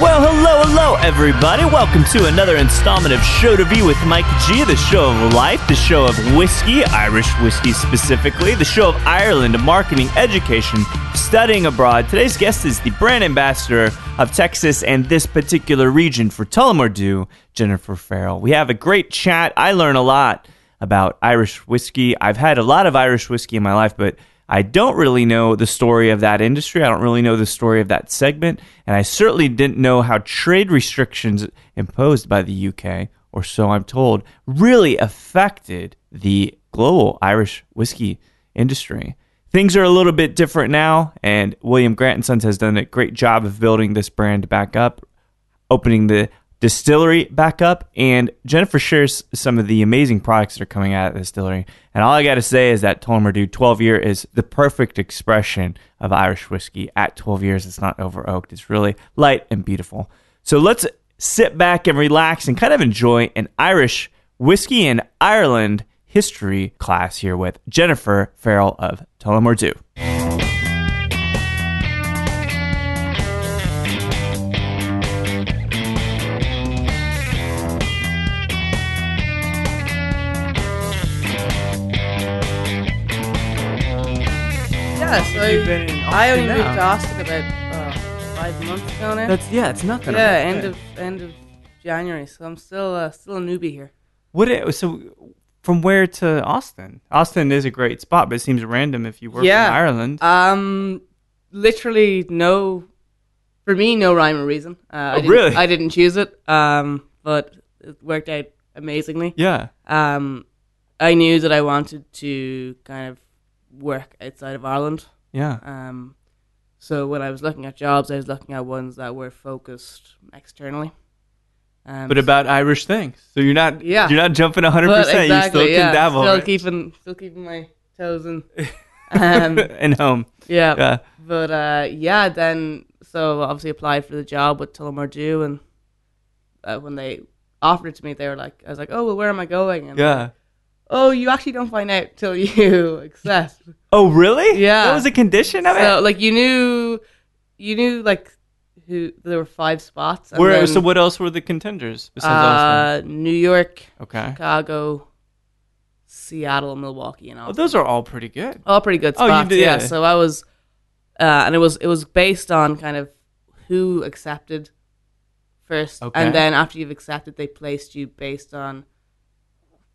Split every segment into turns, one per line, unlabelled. Well, hello, hello, everybody. Welcome to another installment of Show to Be with Mike G, the show of life, the show of whiskey, Irish whiskey specifically, the show of Ireland, marketing, education, studying abroad. Today's guest is the brand ambassador of Texas and this particular region for Tullamore Jennifer Farrell. We have a great chat. I learn a lot about Irish whiskey. I've had a lot of Irish whiskey in my life, but I don't really know the story of that industry. I don't really know the story of that segment. And I certainly didn't know how trade restrictions imposed by the UK, or so I'm told, really affected the global Irish whiskey industry. Things are a little bit different now, and William Grant and Sons has done a great job of building this brand back up opening the distillery back up. And Jennifer shares some of the amazing products that are coming out of the distillery. And all I got to say is that Tullamore 12 year is the perfect expression of Irish whiskey. At 12 years, it's not over oaked, it's really light and beautiful. So let's sit back and relax and kind of enjoy an Irish whiskey and Ireland history class here with Jennifer Farrell of Tullamore Dew.
Yeah, so I,
you've been in
I only
Austin
moved
now.
to Austin about uh, five months ago now.
That's yeah, it's nothing.
yeah, end of end of January, so I'm still uh, still a newbie here.
what? It, so from where to Austin? Austin is a great spot, but it seems random if you were
Yeah.
from Ireland.
Um, literally no, for me, no rhyme or reason. Uh, I didn't-
Oh, really?
I didn't choose it. Um, but it worked out amazingly.
yeah,
Um, I knew that I wanted to kind of work outside of Ireland.
yeah,
Um, so when I was looking at jobs, I was looking at ones that were focused externally. Um,
but about Irish things. So you're not.
Yeah.
you're not jumping 100.
but
percent You still
yeah,
can dabble
Still
right?
keeping, still keeping my toes in. Um,
and home.
yeah,
Yeah,
but uh, yeah, then so obviously applied for the job with Tullamore Dew, and uh, when they offered it to me, they were like, I was like, oh well, where am I going? And
yeah.
oh, you actually don't find out till you accept.
Oh really?
Yeah.
That was a condition of
So
it.
like you knew, you knew like who there were five spots. and
Where?
then,
so what else were the contenders
Uh,
besides Austin?
New York,
Okay.
Chicago, Seattle, Milwaukee, and
Well,
Austin.
those are all pretty good.
all pretty good
Oh, you
spots.
did-
yeah.
yeah.
So I was, uh, and it was it was based on kind of who accepted first,
Okay.
and then after you've accepted, they placed you based on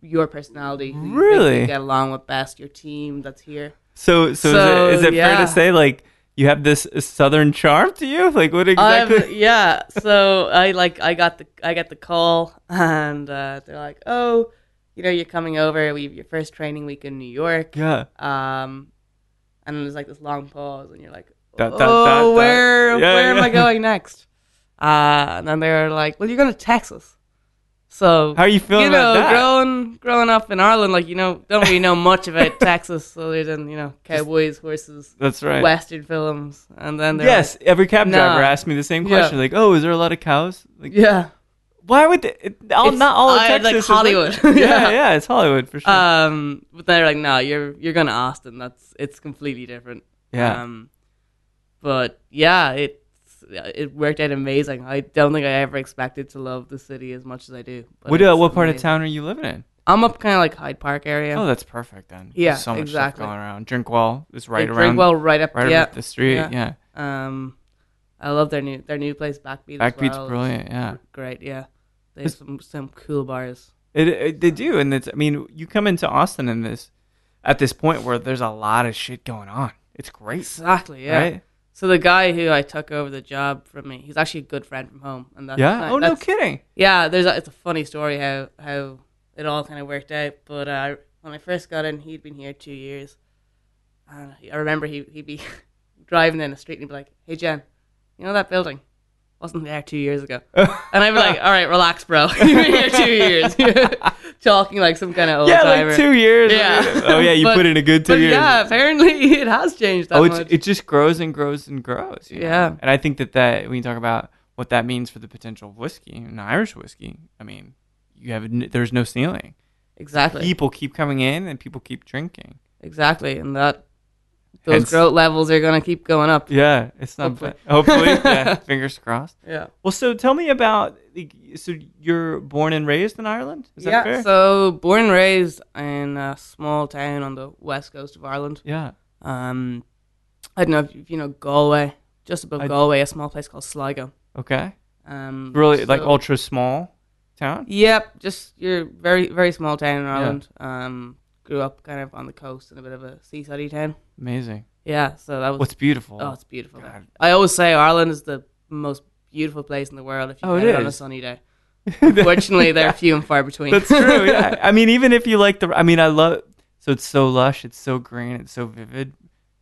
your personality, who you think
Really?
you get along with best, your team that's here.
So, so,
So,
is it, is it fair
yeah.
to say like you have this southern charm to you? Like what
Um,
exactly?
yeah. So I like I got the I got the call, and uh, they're like, oh, you know, you're coming over. We have your first training week in New York.
yeah.
Um, and there's like this long pause, and you're like,
Dot, dot,
"Oh,
dot, dot."
where
Yeah,
where am I
yeah.
going next?" Uh, and then they're like, "Well, you're going to Texas." So
How are you feeling
you know,
about that?
growing growing up in Ireland, like you know, don't really know much about Texas other than you know cowboys, horses,
That's right.
western films, and then they're
Yes, every cab
No.
driver asked me the same
Yeah.
question. Like, oh, is there a lot of cows? Like,
like, yeah,
why would they, it, all,
It's-
not all of
I- like
Texas? is
Hollywood.
yeah,
Yeah.
yeah, it's Hollywood for sure.
Um, but they're like, no, you're you're going to Austin. That's it's completely different.
Yeah.
Um, but yeah, it's it worked out amazing. I don't think I ever expected to love the city as much as I do. but
what uh,
it's
what part of
amazing.
town are you living in?
I'm up kind of like Hyde Park area.
Oh, that's perfect then. There's
Yeah,
so much
exactly.
stuff going around. Drinkwall is right
They
around,
drink well right up.
right
yeah.
up the street. Yeah,
Yeah. Um, I love their new their new place, Backbeat. as
Backbeat's
well.
brilliant. Yeah,
Great. Yeah. They have some some cool bars.
it, it they do, and it's. I mean, you come into Austin in this at this point where there's a lot of shit going on. It's great,
Exactly. Yeah.
right?
So the guy who I took over the job from me, he's actually a good friend from home, and that's
Yeah. oh no,
that's-
kidding.
yeah, there's a, it's a funny story how how it all kind of worked out. But uh, when I first got in, he'd been here two years. Uh, I remember he he'd be driving down the street and he'd be like, "Hey Jen, you know that building? wasn't there two years ago. and I'd be like, all right, relax, bro. you were here two years. Talking like some kind of old
yeah,
timer.
like two years.
Yeah.
Oh yeah, you
But-
put in a good two
but
years.
yeah, apparently it has changed that
oh,
much.
it's, it just grows and grows and grows. you know?
Yeah.
And I think that that when you talk about what that means for the potential of whiskey, an Irish whiskey, I mean, you have n- there's no ceiling.
exactly.
People keep coming in and people keep drinking.
Exactly. And that those
Hence-
growth levels are going to keep going up.
Yeah, it's not
Hopefully.
bad. Hopefully, yeah. Fingers crossed.
Yeah.
Well, so tell me about like, so you're born and raised in Ireland. Is
yeah.
that fair?
So born and raised in a small town on the west coast of Ireland.
yeah.
Um, I don't know if you, if you know Galway, just above
I-
Galway, a small place called Sligo.
Okay.
Um,
Really, like
so-
ultra small town.
Yep, just your very very small town in Ireland. Um, grew up kind of on the coast in a bit of a seaside town.
Amazing.
Yeah, so that was
What's beautiful.
oh, it's beautiful. there.
God.
I always say Ireland is the most beautiful place in the world if you
Oh, it
get it on a
is.
sunny day. Fortunately, they're few and far between.
That's true. Yeah. I mean, even if you like the, I mean, I love. So it's so lush. It's so green. It's so vivid.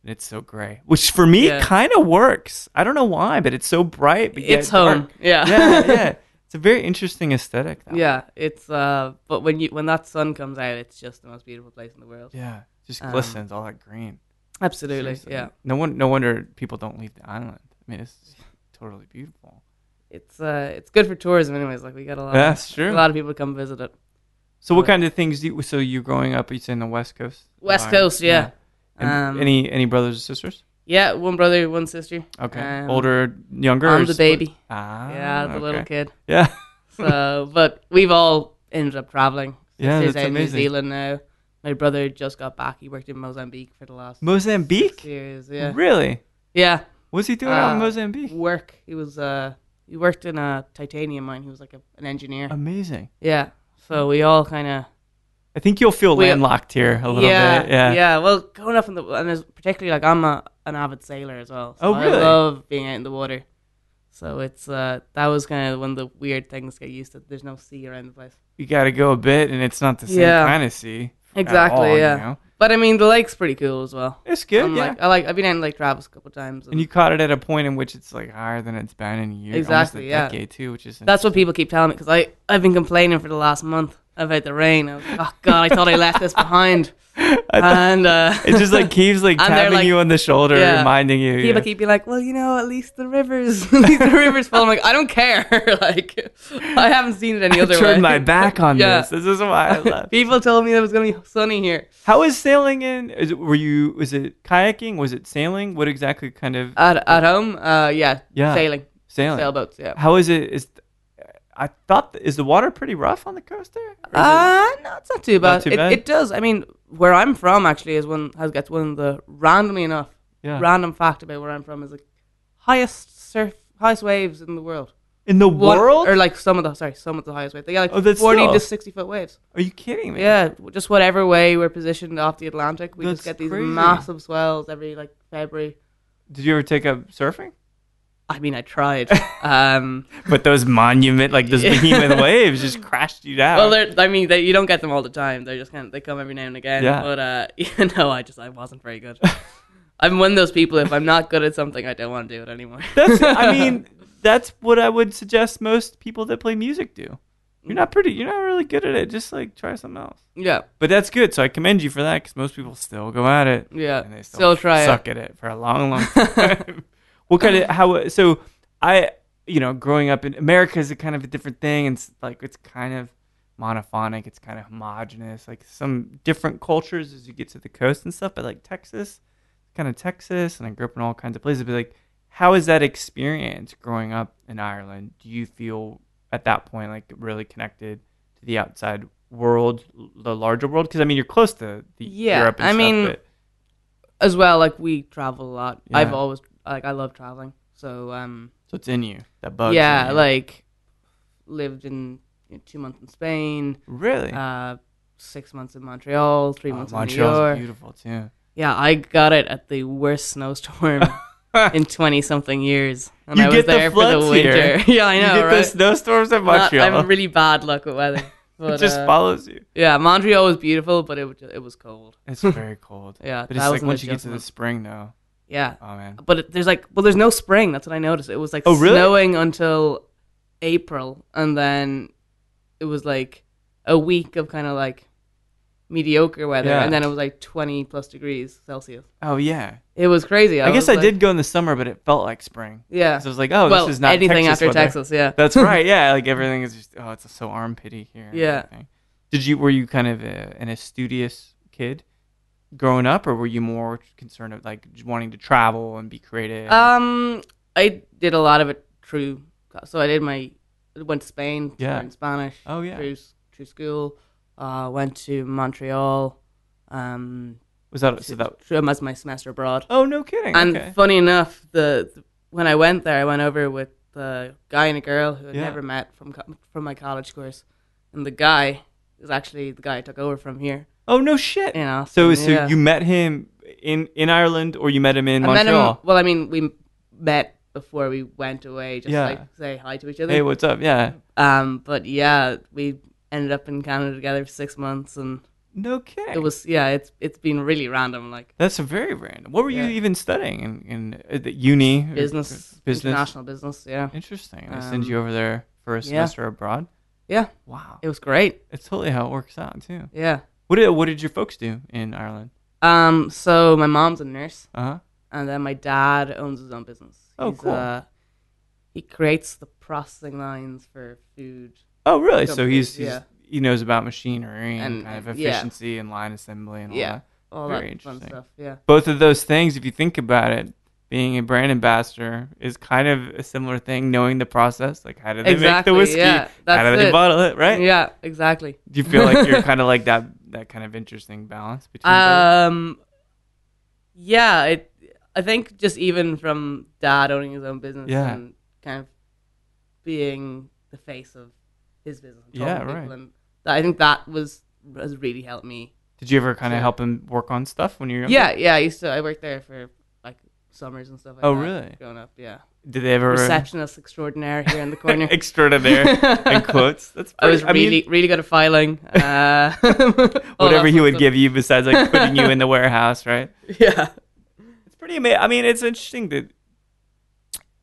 And it's so gray, which for me
Yeah.
kind of works. I don't know why, but it's so bright. But yet
it's home.
dark.
Yeah.
yeah, yeah. It's a very interesting aesthetic. Though.
Yeah, it's uh but when you when that sun comes out it's just the most beautiful place in the world.
Yeah. Just
Um,
glistens all that green.
Absolutely.
Seriously.
Yeah.
No one. No wonder people don't leave the island. I mean, it's totally beautiful.
It's uh it's good for tourism anyways, like we got a lot
That's
of,
true.
a lot of people come visit it.
So what
But-
kind of things do you, so you're growing up? You say in the West Coast. of
West
Ireland?
Coast, yeah.
And
Um,
any any brothers or sisters?
Yeah, one brother, one sister.
Okay.
um,
Older, younger. or
I'm the
split?
baby.
Ah.
yeah, the little
okay.
kid.
Yeah.
So but we've all ended up travelling.
Yeah,
Sister's
that's
out in New
amazing.
Zealand now. My brother just got back. He worked in Mozambique for the last six
Mozambique.
years. Yeah.
Really?
Yeah.
What's he doing out in
Uh,
Mozambique?
Work. He was uh he worked in a titanium mine. He was like a, an engineer.
Amazing.
Yeah. So we all kind of
I think you'll feel
We-
landlocked here a little
yeah,
bit. Yeah.
yeah. Well, going up in the and there's particularly like I'm a, an avid sailor as well. So
Oh, really?
I love being out in the water. So it's uh that was kind of one of the weird things to get used to. There's no sea around the place.
You got to go a bit, and it's not the same
Yeah.
kind of sea. at
Exactly.
all, you
yeah.
know?
But I mean, the lake's pretty cool as well.
It's good.
I'm
yeah.
like I like I've been out in Lake Travis a couple times. And
and you caught it at a point in which it's like higher than it's been in years.
Exactly, yeah.
Almost a decade too, which is
that's what people keep telling me because I I've been complaining for the last month about the rain. I was like, oh god, I thought I left this behind.
I thought-
and uh,
it just like keeps like
And they're
tapping
like-
you on the shoulder,
Yeah.
reminding you.
people
yeah.
keep being like, well, you know, at least the rivers, at least the rivers full. I'm like, I don't care. like, I haven't seen it any
I
other
turned
way.
my back on
Yeah.
this. This is why I left.
People told me that it was gonna be sunny here.
How is sailing in? Is it, were you? Was it kayaking? Was it sailing? What exactly kind of
At at home, uh, yeah,
Yeah.
sailing,
sailing?
sailboats, yeah.
How is it? Is I thought is the water pretty rough on the coast there? Or is it-
Uh, no, it's not too bad.
too
it,
bad?
it does. I mean, where I'm from actually is one has got one of the randomly enough
yeah.
random fact about where I'm from is the highest surf highest waves in the world.
in the
One-
world?
or like some of the sorry, some of the highest waves. They got like
Oh, that's
forty
still-
to sixty foot waves.
Are you kidding me?
Yeah, w- just whatever way we're positioned off the Atlantic, we just
That's
get these
crazy.
massive swells every like February.
Did you ever take up surfing?
I mean, I tried. um,
But those monument, like those behemoth waves, just crashed you down.
well, they're, I mean, they, you don't get them all the time. They're just kind of they come every now and again.
Yeah.
But uh, you know, I just I wasn't very good. I'm one of those people. If I'm not good at something, I don't want to do it anymore.
That's I mean, that's what I would suggest most people that play music do. You're not pretty. You're not really good at it. Just like try something else.
yeah,
But that's good. So I commend you for that because most people still go at it
yeah.
and they still,
Still try it.
suck at it for a long, long time. what kind of how? So I, you know, growing up in America is a kind of a different thing. It's like it's kind of monophonic. It's kind of homogenous. Like some different cultures as you get to the coast and stuff. But like Texas, kind of Texas, and I grew up in all kinds of places. But like, how is that experience growing up in Ireland? Do you feel at that point like really connected to the outside? world the larger world because i mean you're close to the
Yeah,
europe and
I
stuff,
mean,
but-
As well, like we travel a lot.
Yeah.
I've always like I love traveling. So um,
So it's in you. That bug.
yeah, like lived in you know, two months in Spain,
really.
uh, six months in Montreal, three
Oh,
months
Montreal's
in New York.
beautiful too.
Yeah, I got it at the worst snowstorm in twenty something years, and
You
I was
get the
there for the
floods here.
winter. yeah, I know,
you get the
right?
snowstorms in
Not-
Montreal.
I'm really bad luck with weather. But,
it just
uh,
follows you.
yeah, Montreal was beautiful, but it was- it was cold.
It's very cold.
Yeah,
but it's
that
like
was an
once you get to the
adjustment.
spring though.
Yeah.
Oh man.
But it, there's like, well, there's no spring. That's what I noticed. It was like
Oh, really?
snowing until April, and then it was like a week of kind of like mediocre weather,
Yeah.
and then it was like 20 plus degrees Celsius.
Oh yeah.
It was crazy.
I, guess
was
I
like-
did go in the summer, but it felt like spring.
Yeah.
'Cause I was like, oh,
well,
this is not
anything
Texas
after
weather.
Texas. Yeah.
That's right. Yeah, like everything is just oh, it's so armpity here. and
Yeah.
everything. Did you were you kind of a, an studious kid growing up, or were you more concerned of like j- wanting to travel and be creative?
Um, I did a lot of it through. So I did my went to Spain.
Yeah.
Learned Spanish.
Oh, yeah.
Through s- through school, uh, went to Montreal. Um,
was that so that?
through as my semester abroad.
Oh no, kidding.
And
okay.
funny enough, the, the- when I went there, I went over with the guy and a girl who I'd
Yeah.
never met from co- from my college course, and the guy is actually the guy I took over from here.
oh no, shit.
In
so
Austin,
so
yeah.
you met him in in Ireland, or you met him in
I met
Montreal?
him. Well, I mean, we met before we went away, just
Yeah.
like say hi to each other.
Hey, what's up? Yeah.
Um, but yeah, we ended up in Canada together for six months, and
No kidding.
it was yeah, it's it's been really random, like
That's very random. What were
Yeah.
you even studying in, in uh, the uni? or-
business,
Business.
international business. Yeah,
Interesting. They send
Um,
you over there for a
yeah.
semester abroad.
yeah,
Wow.
it was great.
It's totally how it works out too.
Yeah.
What did what did your folks do in Ireland?
Um, so my mom's a nurse,
Uh huh.
and then my dad owns his own business.
Oh, cool.
Uh, he creates the processing lines for food.
Oh, really? So he's, he's
Companies,
he knows about machinery and,
And-
kind of
and- yeah.
efficiency and line assembly and all
Yeah.
that.
All
Very
that fun
interesting.
stuff. Yeah.
Both of those things, if you think about it, being a brand ambassador is kind of a similar thing. Knowing the process, like how do they
Exactly,
make the whiskey?
yeah.
how do
That's
they
it.
bottle it? Right?
Yeah. Exactly.
Do you feel like you're kind of like that that kind of interesting balance between? both?
Um, yeah, it, I think just even from dad owning his own business
Yeah.
and kind of being the face of his business. and
Yeah,
talking to people
right.
And that, I think that was has really helped me.
Did you ever kind of
Sure.
help him work on stuff when you were? younger?
Yeah, yeah. I used to I worked there for like summers and stuff. like
Oh,
that
really?
Growing up, yeah.
Did they ever
Receptionist extraordinaire here in the corner.
extraordinaire in quotes? That's
I was
pretty- mean,
really, really good at filing. Uh, all
whatever
that
he
fun
would
stuff.
give you besides like putting you in the warehouse, right?
Yeah,
It's pretty amazing. I mean, it's interesting that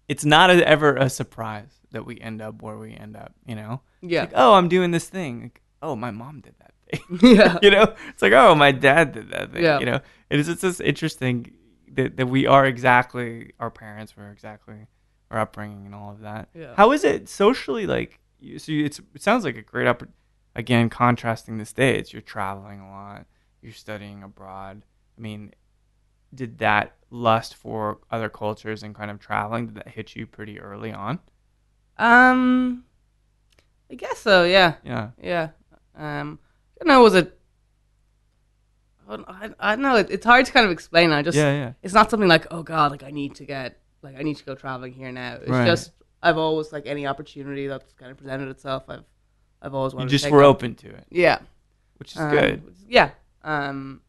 it's not a, ever a surprise that we end up where we end up. You know,
yeah,
like oh, I'm doing this thing. Like, oh, my mom did that thing.
yeah.
you know, it's like oh, my dad did that thing.
Yeah.
You know, it is it's just interesting that that we are exactly our parents were exactly our upbringing and all of that.
Yeah.
How is it socially like? you- So you, it's it sounds like a great oppor- again contrasting the states. You're traveling a lot. You're studying abroad. I mean, did that lust for other cultures and kind of traveling did that hit you pretty early on?
Um, I guess so. Yeah,
Yeah.
yeah. Um, I don't know. Was it? I don't- I, I don't know. It, it's hard to kind of explain. I just
yeah. Yeah.
it's not something like oh god, like I need to get like I need to go traveling here now. It's
Right.
just I've always like any opportunity that's kind of presented itself. I've I've always
You
wanted. to
just
take
were
up.
open to it,
Yeah.
which is
Um,
good.
Yeah. Um,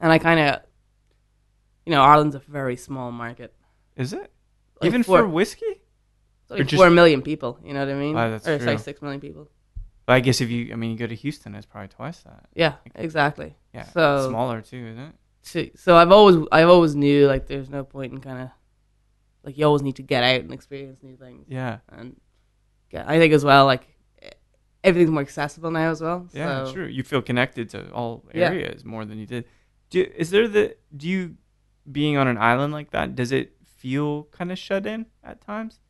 and I kind of, you know, Ireland's a very small market.
Is it
Like
even
four-
for whiskey?
It's like
just-
four million people. You know what I mean?
Wow, Ah, that's
or sorry,
true.
six million people.
Well, I guess if you, I mean, you go to Houston, it's probably twice that.
Yeah, exactly.
Yeah,
So-
smaller too, isn't it?
So, so I've always I've always knew like there's no point in kind of like you always need to get out and experience new things.
Yeah,
And get, I think as well like e- everything's more accessible now as well.
yeah,
so,
true. You feel connected to all
Yeah.
areas more than you did. Do is there the do you being on an island like that? Does it feel kind of shut in at times?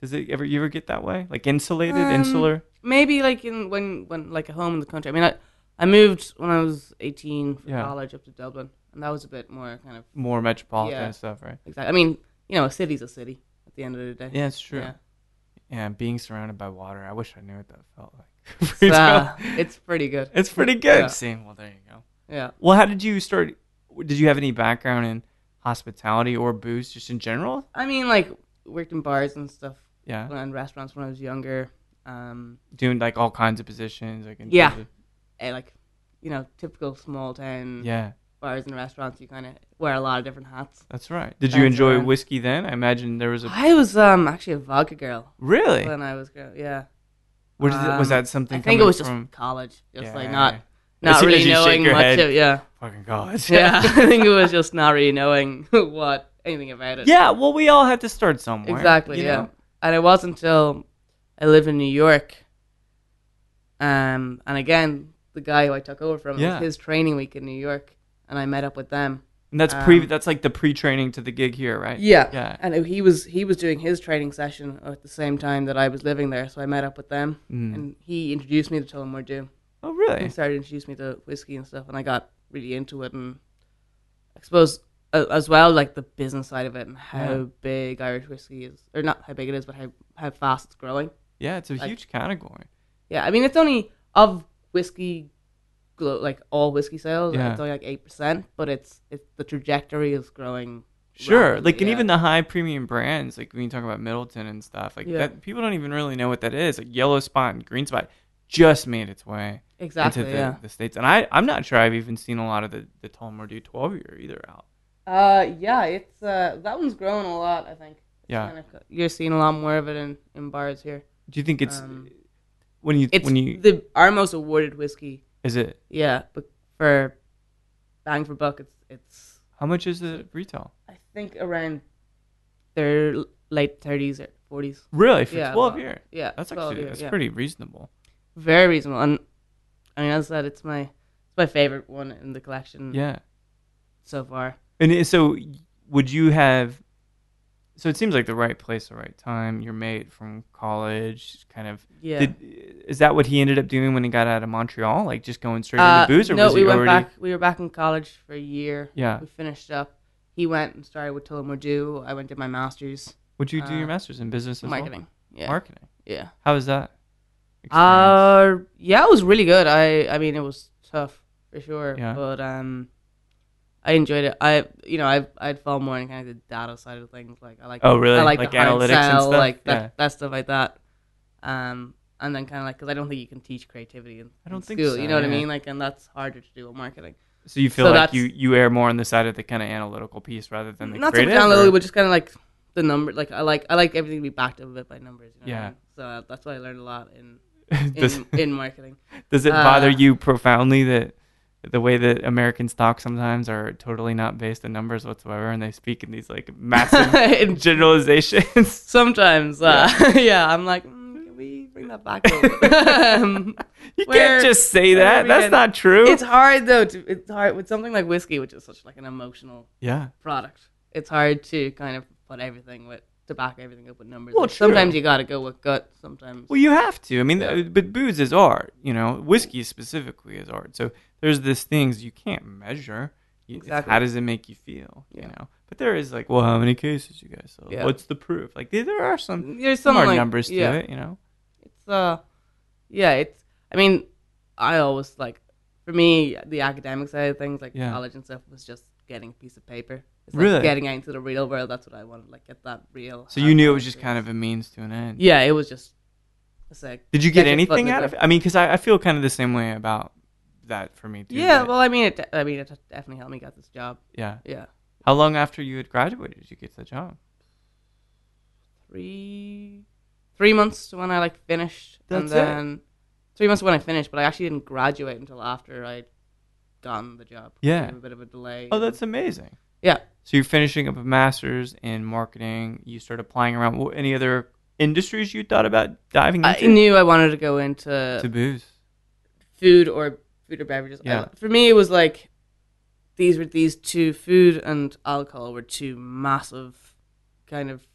Does it ever you ever get that way? Like insulated,
Um,
insular?
Maybe like in when when like a home in the country. I mean I I moved when I was 18 for
Yeah.
college up to Dublin, and that was a bit more kind of
more metropolitan
Yeah.
stuff, right?
exact. I mean you know a city's a city at the end of the day.
Yeah, it's true. Yeah.
Yeah.
being surrounded by water. I wish I knew what that felt like.
It's, uh, it's pretty good.
it's pretty good.
Yeah.
Seeing, well, there you go.
Yeah.
Well, how did you start? Did you have any background in hospitality or booze, just in general?
I mean like worked in bars and stuff
Yeah,
and restaurants when I was younger. Um,
doing like all kinds of positions, like in
Yeah.
terms of-
a, like you know typical small town
yeah.
bars and restaurants you kind of wear a lot of different hats
That's right. Did you
That's
enjoy
right.
whiskey then? I imagine there was a
i was um actually a vodka girl
really.
when i was girl yeah
What is it- was
um,
that something?
i think it
coming
was just
from-
college just like
Yeah.
not not
soon as
really
you shake
knowing
your
much
head.
of yeah.
Fucking God.
Yeah. I think it was just not really knowing what anything about it.
yeah. Well, we all had to start somewhere.
Exactly,
you
yeah.
know?
And it wasn't until I lived in New York. Um, and again, the guy who I took over from, it
Yeah.
was his training week in New York, and I met up with them.
And that's pre.
Um,
That's like the pre-training to the gig here, right?
Yeah.
Yeah.
And he was he was doing his training session at the same time that I was living there, so I met up with them,
Mm.
and he introduced me to Tullamore
oh,
He
really?
started to introduce me to whiskey and stuff, and I got really into it, and I suppose uh, as well like the business side of it and how
Yeah.
big Irish whiskey is, or not how big it is, but how how fast it's growing.
Yeah, it's a
Like-
huge category.
Yeah, I mean it's only of whiskey, glo- like all whiskey sales,
Yeah.
it's only like eight percent, but it's it's the trajectory is growing.
Sure.
rapidly,
like, and
yeah.
even the high premium brands, like when you talk about Middleton and stuff, like
Yeah.
that, people don't even really know what that is. Like Yellow Spot and Green Spot just made its way
exactly
into the,
yeah.
the states, and I, I'm not sure I've even seen a lot of the the Tullamore 12 year either out.
Uh, yeah, it's uh that one's growing a lot. I think. It's
Yeah.
kind of co- you're seeing a lot more of it in in bars here.
Do you think it's
Um,
when you
It's
when you
the our most awarded whiskey.
is it
Yeah, but for bang for buck, it's it's
how much is it retail?
I think around their l- late thirties or forties.
Really, for
Yeah,
12
well,
year?
Yeah,
That's
12
actually
year,
that's
yeah.
pretty reasonable.
very reasonable. And I mean, as I said, it's my it's my favorite one in the collection
Yeah.
so far.
Mm-hmm. And it- so, would you have? So it seems like the right place, the right time. Your mate from college, kind of.
Yeah.
Did, is that what he ended up doing when he got out of Montreal? Like just going straight
Uh,
into booze, or
no,
was
we
he
went
already? Ah.
back. We were back in college for a year.
Yeah.
we finished up. He went and started with Tullamore Dew. I went to my master's
Would you do
uh,
your master's in business as well?
marketing. Yeah,
Marketing.
yeah.
How was that? experience?
Uh, yeah, it was really good. I, I mean, it was tough for sure,
Yeah.
but um, I enjoyed it. I, you know, I, I'd fall more in kind of the data side of things. Like I like,
Oh, really?
I like,
Like
the hard
analytics and
sell,
stuff?
like that,
Yeah.
that stuff like that. Um, and then kind of like because I don't think you can teach creativity in,
I don't
in
think
school.
so,
you know what
yeah.
I mean? Like, and that's harder to do with marketing.
so you feel
so
like
that's-
you you err more on the side of the kind of analytical piece rather than the
Not so much
creative.
analytical,
or-
but just kind of like the number. Like I like, I like everything to be backed up a bit by numbers. You know what I
Yeah.
mean? So uh, that's what I learned a lot in
does,
in, in marketing.
does it bother
uh,
you profoundly that the way that Americans talk sometimes are totally not based in numbers whatsoever, and they speak in these like massive
In
generalizations?
Sometimes, uh, yeah. I'm like, mm, can we bring that back? A little bit? um,
You
Where-
can't just say
where
that.
we
That's
can-
not true.
it's hard though. To, it's hard with something like whiskey, which is such like an emotional
yeah.
product. It's hard to kind of put everything with to back everything up with numbers.
Well,
Like, sometimes
true.
you gotta go with gut. Sometimes,
Well, you have to. I mean,
Yeah.
uh, but booze is art, you know. Whiskey specifically is art. So there's this things you can't measure. You, it's
Exactly.
How does it make you feel?
Yeah.
You know. But there is like, well, how many cases you guys sold?
Yeah.
What's the proof? Like there- there are some,
there's
some
some
hard
like,
numbers to
yeah,
it. You know.
It's uh, yeah. It's. I mean, I always like. For me, the academic side of things, like
Yeah.
college and stuff, was just getting a piece of paper. It's
Really?
like getting out into the real world. That's what I wanted. Like get that real.
So you knew it was
hands-on
just kind of a means to an end.
Yeah, it was just. It's like,
Did you get
Get your foot in
anything
the
out of it?
door.
I mean, because I, I feel kind of the same way about that for me too.
yeah,
but-
well, I mean, it. de- I mean, it definitely helped me get this job.
yeah.
Yeah,
How long after you had graduated did you get the job?
three, three months to when I like finished, and
That's it?
then three months to when I finished. But I actually didn't graduate until after I'd gotten the job.
Yeah.
There was a bit of a delay.
Oh, that's amazing.
yeah.
So you're finishing up a master's in marketing. You start applying around. What, any other industries you thought about diving
I
into?
knew I wanted to go into
to booze.
food or food or beverages. I-
Yeah.
for me, it was like these were these two food and alcohol were two massive kind of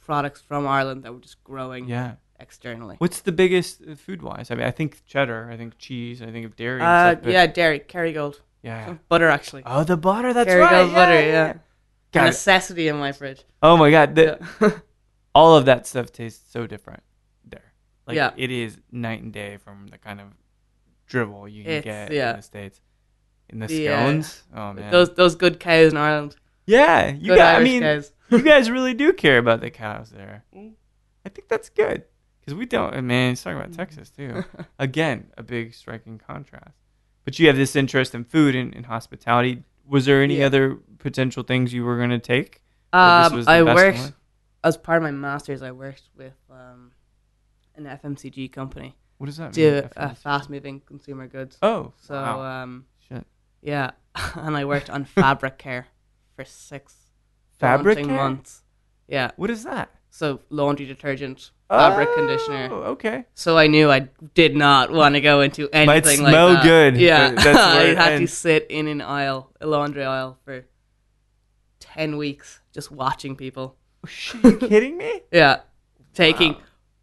products from Ireland that were just growing
Yeah.
externally.
What's the biggest uh, food wise? I mean, I think cheddar. I think cheese. I think of dairy. and
Uh,
stuff, but-
yeah, dairy, Kerrygold,
Yeah.
butter actually.
Oh, the butter. That's
Kerrygold
right. Yeah,
butter,
yeah,
yeah.
yeah.
A
Got it.
necessity in my fridge.
Oh my god. The,
Yeah.
All of that stuff tastes so different there. Like
Yeah.
it is night and day from the kind of drivel you can
It's-
get
yeah.
in the states. In the
The, uh,
scones. oh man.
those those good cows in Ireland.
yeah. You
Good
got.
Irish
I mean.
cows.
you guys really do care about the cows there.
Mm.
I think that's good because we don't. uh, Man, he's talking about
Mm.
Texas too. Again, a big striking contrast. But you have this interest in food and, and hospitality. Was there any
Yeah.
other potential things you were going to take? Or this
Um,
was the
I
best
worked
one?
as part of my masters. I worked with um, an FMCG company,
What does that mean?
do uh,
FMCG?
fast moving consumer goods.
Oh,
So
wow.
um,
shit.
yeah, and I worked on fabric care for six
Fabric
daunting
care?
months. Yeah,
What is that?
so laundry detergent, fabric
Oh,
conditioner.
Okay.
So I knew I did not want to go into anything
Might
like
smell
that.
good,
Yeah,
but that's where
I
it
had to
ends.
sit in an aisle, a laundry aisle, for ten weeks, just watching people.
Shit, you kidding me?
Yeah, taking,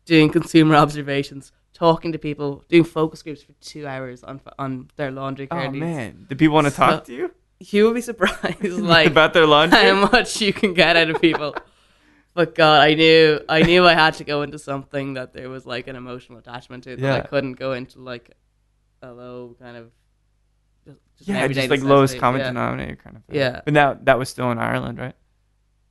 doing consumer observations, talking to people, doing focus groups for two hours on on their laundry care
Oh
needs.
man, do people want to talk to you
You will be surprised, like
about their laundry?
how much you can get out of people. but God, I knew I knew I had to go into something that there was like an emotional attachment to. That I
Yeah.
couldn't go into like a low kind of just, just an
yeah,
everyday
just like lowest
necessity.
common
yeah.
denominator kind of thing.
Yeah.
But now that was still in Ireland, right?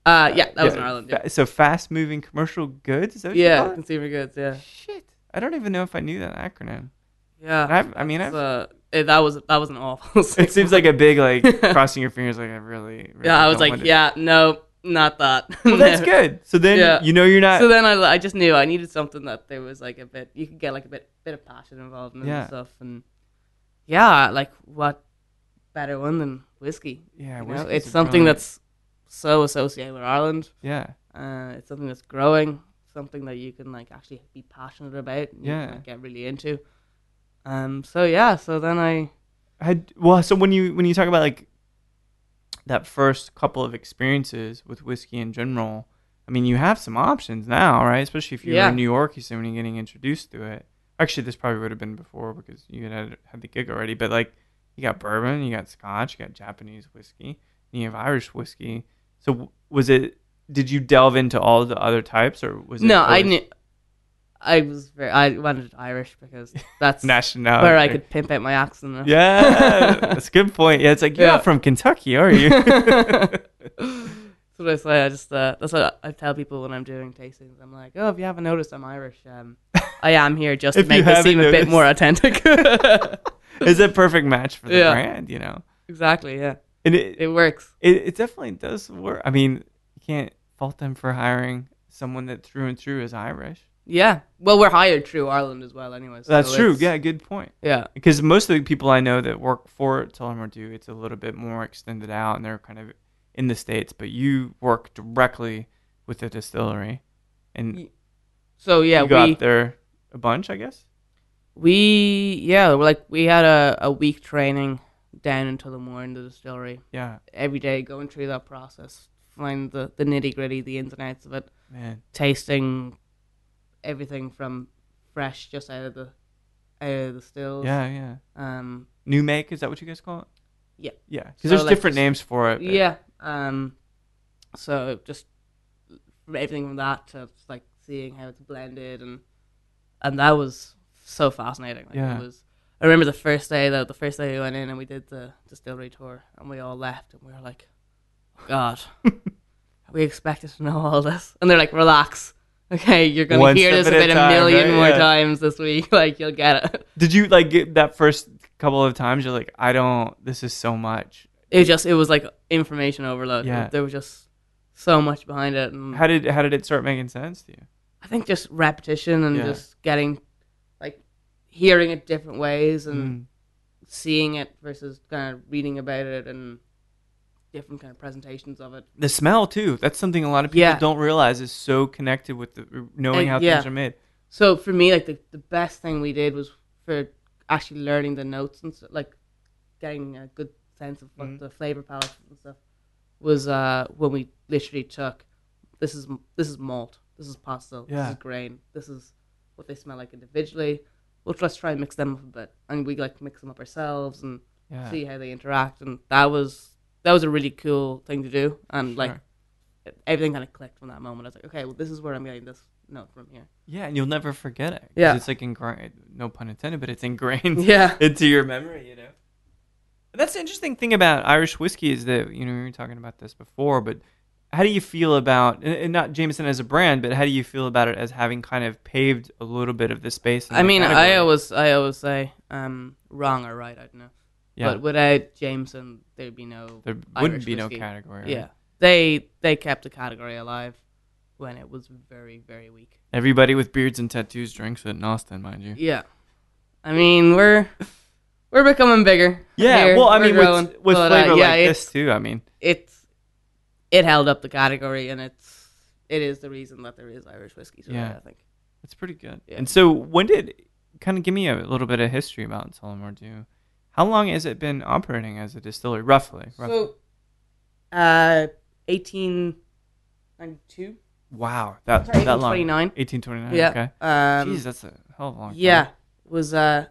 Uh, yeah, that was in Ireland. Yeah,
Fa- So fast moving commercial goods. Is that what you
yeah
call it?
consumer goods. Yeah,
Shit. I don't even know if I knew that acronym.
yeah.
And I've, I mean, I've,
So, eh, that was that was an awful.
it seems like a big like crossing your fingers. Like I really. really
uh, yeah, I was
don't
like,
want to-
yeah, no, not that.
Well, that's
No.
good. So then
Yeah.
you know you're not.
So then I, I just knew I needed something that there was like a bit you could get like a bit bit of passion involved in
Yeah.
and stuff and yeah like what better one than whiskey
yeah,
you know?
whiskey's
it's
a
something
brilliant-
that's so associated with Ireland
yeah.
uh, it's something that's growing something that you can like actually be passionate about and you can,
Yeah.
like, get really into um so yeah so then I
Had well, so when you when you talk about like that first couple of experiences with whiskey in general, I mean, you have some options now, right? Especially if you
Yeah.
were in New York, you said when you're getting introduced to it. Actually, this probably would have been before because you had had the gig already. But like, you got bourbon, you got Scotch, you got Japanese whiskey, and you have Irish whiskey. So w- was it? Did you delve into all the other types, or was it
no I
always
knew I was very I wanted Irish because that's
nationality
where I could pimp out my accent enough.
Yeah, that's a good point. Yeah, it's like you're
Yeah.
not from Kentucky, are you?
That's what I say. I just uh, that's what I tell people when I'm doing tastings. I'm like, oh, if you haven't noticed, I'm Irish. Um, I am here just to
If you
make this seem
haven't
a bit more authentic.
it's a perfect match for the
Yeah.
brand, you know.
exactly. Yeah,
And it, it
it works.
it definitely does work. I mean, you can't fault them for hiring someone that through and through is Irish.
Yeah. Well, we're hired through Ireland as well, anyway. so
That's true.
it's-
Yeah, good point.
Yeah.
Because most of the people I know that work for Tullamore do, it's a little bit more extended out, and they're kind of in the states. But you work directly with the distillery, and
Ye- So yeah,
you go
we
out there a bunch, I guess.
we yeah we're like we had a, a week training down until the morning the distillery
Yeah,
every day going through that process, find the the nitty gritty, the ins and outs of it.
man.
tasting everything from fresh just out of the out of the stills.
Yeah, yeah.
Um.
New make is that what you guys call it?
Yeah.
Yeah, because
So,
there's
like,
different
just-
names for it. but-
Yeah. Um. So just from everything from that to just, like seeing how it's blended and and that was so fascinating. Like,
Yeah.
It was. I remember the first day though. The first day we went in and we did the distillery tour and we all left and we were like, God. We expected to know all this, and they're like, "Relax, okay, you're gonna
One
hear
step
this
at
a
a
bit a
time,
million
right?
more
Yeah.
times this week. Like, you'll get it."
Did you like get that first couple of times? You're like, I don't. This is so much.
it just it was like information overload.
Yeah.
There was just so much behind it, and
How did how did it start making sense to you?
I think just repetition and
Yeah.
just getting like hearing it different ways and seeing it versus kind of reading about it and different kind of presentations of it.
The smell too. That's something a lot of people
Yeah.
don't realize is so connected with the, knowing
Uh,
how
yeah.
things are made.
So for me, like the, the best thing we did was for actually learning the notes and stuff, like getting a good sense of what
Mhm.
the flavor palette and stuff was uh, when we literally took this is this is malt, this is pastel,
Yeah.
this is grain, this is what they smell like individually. We'll just try and mix them up a bit, and we like mix them up ourselves and
Yeah.
see how they interact. And that was that was a really cool thing to do, and like
Sure.
everything kind of clicked from that moment. I was like, okay, well, this is where I'm getting this note from here.
Yeah, and you'll never forget it. 'cause
Yeah.
It's like ingrained. No pun intended, but it's ingrained
Yeah.
into your memory. You know. That's the interesting thing about Irish whiskey is that you know we were talking about this before, but how do you feel about and- and not Jameson as a brand, but how do you feel about it as having kind of paved a little bit of the space? in
I
the
mean, I
category?
always, I always say, um, wrong or right, I don't know.
yeah,
But without Jameson, there'd be no.
there wouldn't
Irish
be no
whiskey.
category. right?
Yeah, they they kept the category alive when it was very, very weak.
Everybody with beards and tattoos drinks it in Austin, mind you.
Yeah, I mean we're we're becoming bigger.
Yeah,
here.
well, I
We're
mean,
growing,
with, with
but,
flavor
uh, yeah,
like
it's,
this too. I mean,
it's it held up the category, and it's it is the reason that there is Irish whiskey. So
Yeah.
I think
it's pretty good.
Yeah.
And so, when did kind of give me a little bit of history about Tullamore Dew? How long has it been operating as a distillery, roughly? roughly?
so. Uh, eighteen ninety two.
wow, that
Sorry,
that long.
1829.
1829.
Yeah.
Okay.
Um,
Jeez, that's a hell of a long. time.
yeah, was uh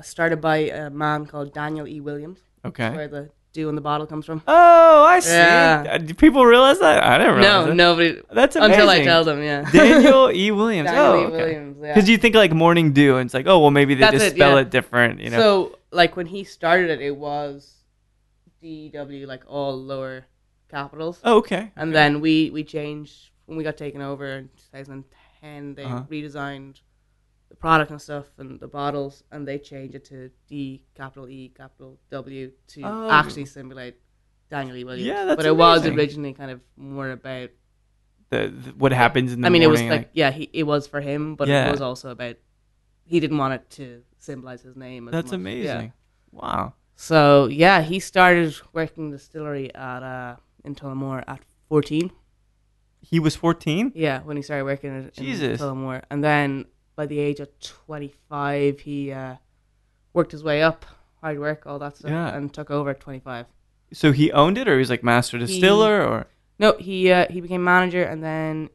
started by a man called Daniel E. Williams.
Okay.
Where the dew in the bottle comes from.
Oh, I see.
Yeah.
Uh, Do people realize that? I didn't realize.
No,
that.
nobody.
That's amazing.
Until I tell them, yeah.
Daniel E. Williams.
Daniel
oh,
E.
okay.
Williams, yeah.
Because you think like morning dew, and it's like, oh well, maybe they
That's
just
it,
spell
yeah.
it different, you know?
So, like, when he started it, it was DW, like all lower capitals.
oh, okay.
And then we, we changed, when we got taken over in 2010, they
Uh-huh.
redesigned the product and stuff and the bottles, and they changed it to D, capital E, capital W to
Oh.
actually simulate Daniel E. Williams.
Yeah, that's
But it was
amazing.
originally kind of more about
The, the, what happens in the
I mean,
morning?
it was like, yeah, he, it was for him, but
Yeah.
it was also about he didn't want it to symbolize his name. As
that's
much.
amazing.
Yeah.
Wow.
So yeah, he started working the distillery at uh, in Tullamore at fourteen.
He was 14.
Yeah, when he started working in, in
Jesus.
Tullamore, and then by the age of twenty five, he uh, worked his way up, hard work, all that stuff,
Yeah.
and took over at twenty five.
So he owned it, or he was like master distiller, or
No, he uh, he became manager, and then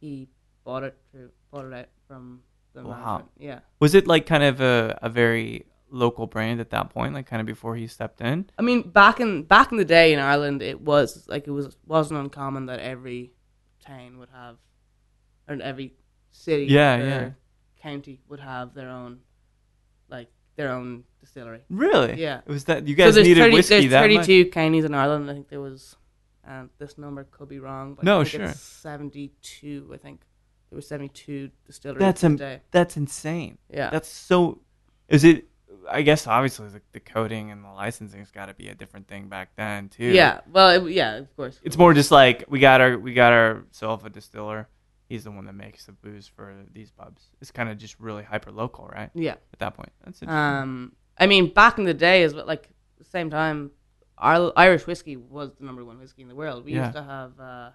he bought it through, bought it out from the
Wow.
management. Yeah.
was it like kind of a, a very local brand at that point, like kind of before he stepped in?
I mean, back in back in the day in Ireland, it was like it was wasn't uncommon that every town would have, and every city,
Yeah,
or
yeah.
county would have their own, like their own distillery.
Really?
Yeah.
It was that you guys
there's
needed
30
whiskey
there's
that much?
32 counties in Ireland. I think there was, um, this number could be wrong, but
No,
I think
sure.
it's 72. I think there were 72 distilleries
That's am-
today.
that's insane.
Yeah,
That's so. Is it? I guess obviously the, the coding and the licensing's got to be a different thing back then too.
yeah. Well, it, yeah, of course.
it's more just like we got our we got ourselves a distiller. He's the one that makes the booze for these pubs. It's kind of just really hyper local, right?
yeah.
At that point, that's interesting.
Um, I mean, back in the day, is like the same time, Ir- Irish whiskey was the number one whiskey in the world. We
Yeah.
used to have uh,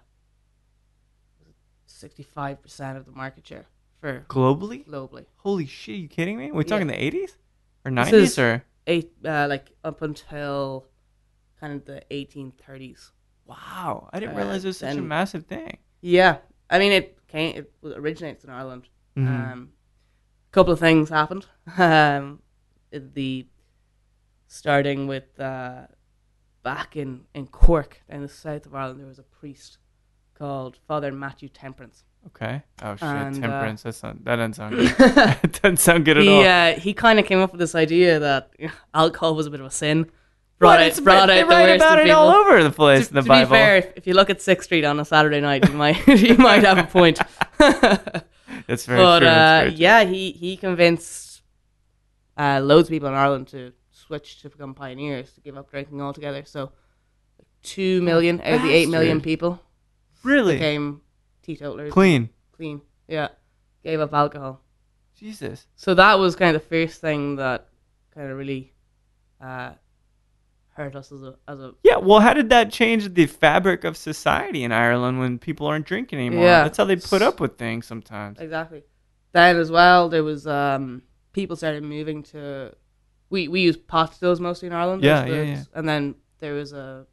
sixty-five percent of the market share for
globally.
globally.
Holy shit! you kidding me? We're
Yeah.
talking the eighties or
This
nineties
is-
or
Eight, uh, like up until kind of the eighteen thirties.
wow! I didn't
uh,
realize it was such a
then-
massive thing.
Yeah, I mean, it came. It originates in Ireland.
Mhm.
Um, couple of things happened. Um, the starting with uh, back in in Cork, in the south of Ireland, there was a priest called Father Matthew Temperance.
okay. Oh shit!
and, uh,
Temperance. That's not, that doesn't sound good. that doesn't sound good at all.
he uh, he kind of came up with this idea that you know, alcohol was a bit of a sin. Brought
But
it,
it's-
brought
but
out
they
the
write
worst
about
in
it
people.
all over the place
to,
in the
to
Bible.
be fair, if, if you look at Sixth Street on a Saturday night, you might you might have a point.
That's very
but
true. that's
uh,
very true.
yeah, he he convinced uh, loads of people in Ireland to switch to become pioneers to give up drinking altogether. So two million out of the eight million
Bastard.
people
really
became teetotalers, clean.
clean.
yeah, gave up alcohol.
Jesus.
So that was kind of the first thing that kind of really uh, hurt us as a as a
Yeah, well, how did that change the fabric of society in Ireland when people aren't drinking anymore?
Yeah.
That's how they put up with things sometimes.
Exactly. Then as well, there was um, people started moving to. We we use pot stills mostly in Ireland.
Yeah,
those
yeah,
stills. And then there was a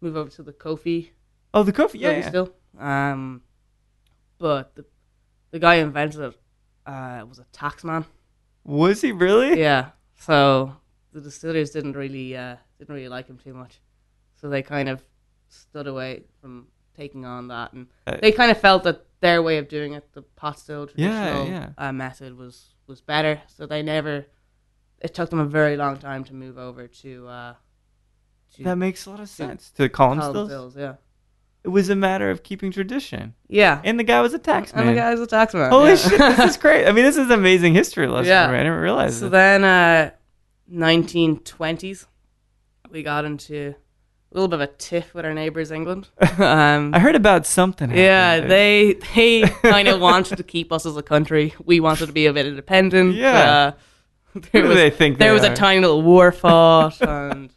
move over to the Kofi
Oh, the coffee,
yeah,
yeah. yeah.
still. Um, but the the guy who invented it uh, was a taxman.
Was he really?
yeah. So the distillers didn't really uh, didn't really like him too much, so they kind of stood away from taking on that, and
Uh,
they kind of felt that their way of doing it, the pot still
Yeah,
traditional
yeah.
Uh, method, was was better. So they never. It took them a very long time to move over to. Uh, to
That makes a lot of sense. To call him
Colin
stills?
Stills, yeah,
It was a matter of keeping tradition.
yeah.
And the guy was a tax
and
man.
the guy's a taxman.
Holy
yeah.
shit, this is great. I mean, this is amazing history lesson.
Yeah.
Right? I didn't realize
So
it.
then, uh, 1920s, we got into little bit of a tiff with our neighbours, England. Um,
I heard about something. happened
yeah,
there.
they they kind of wanted to keep us as a country. We wanted to be a bit independent.
Yeah.
Uh, there
do
was,
they think
there
they
was
are?
a tiny little war fought, and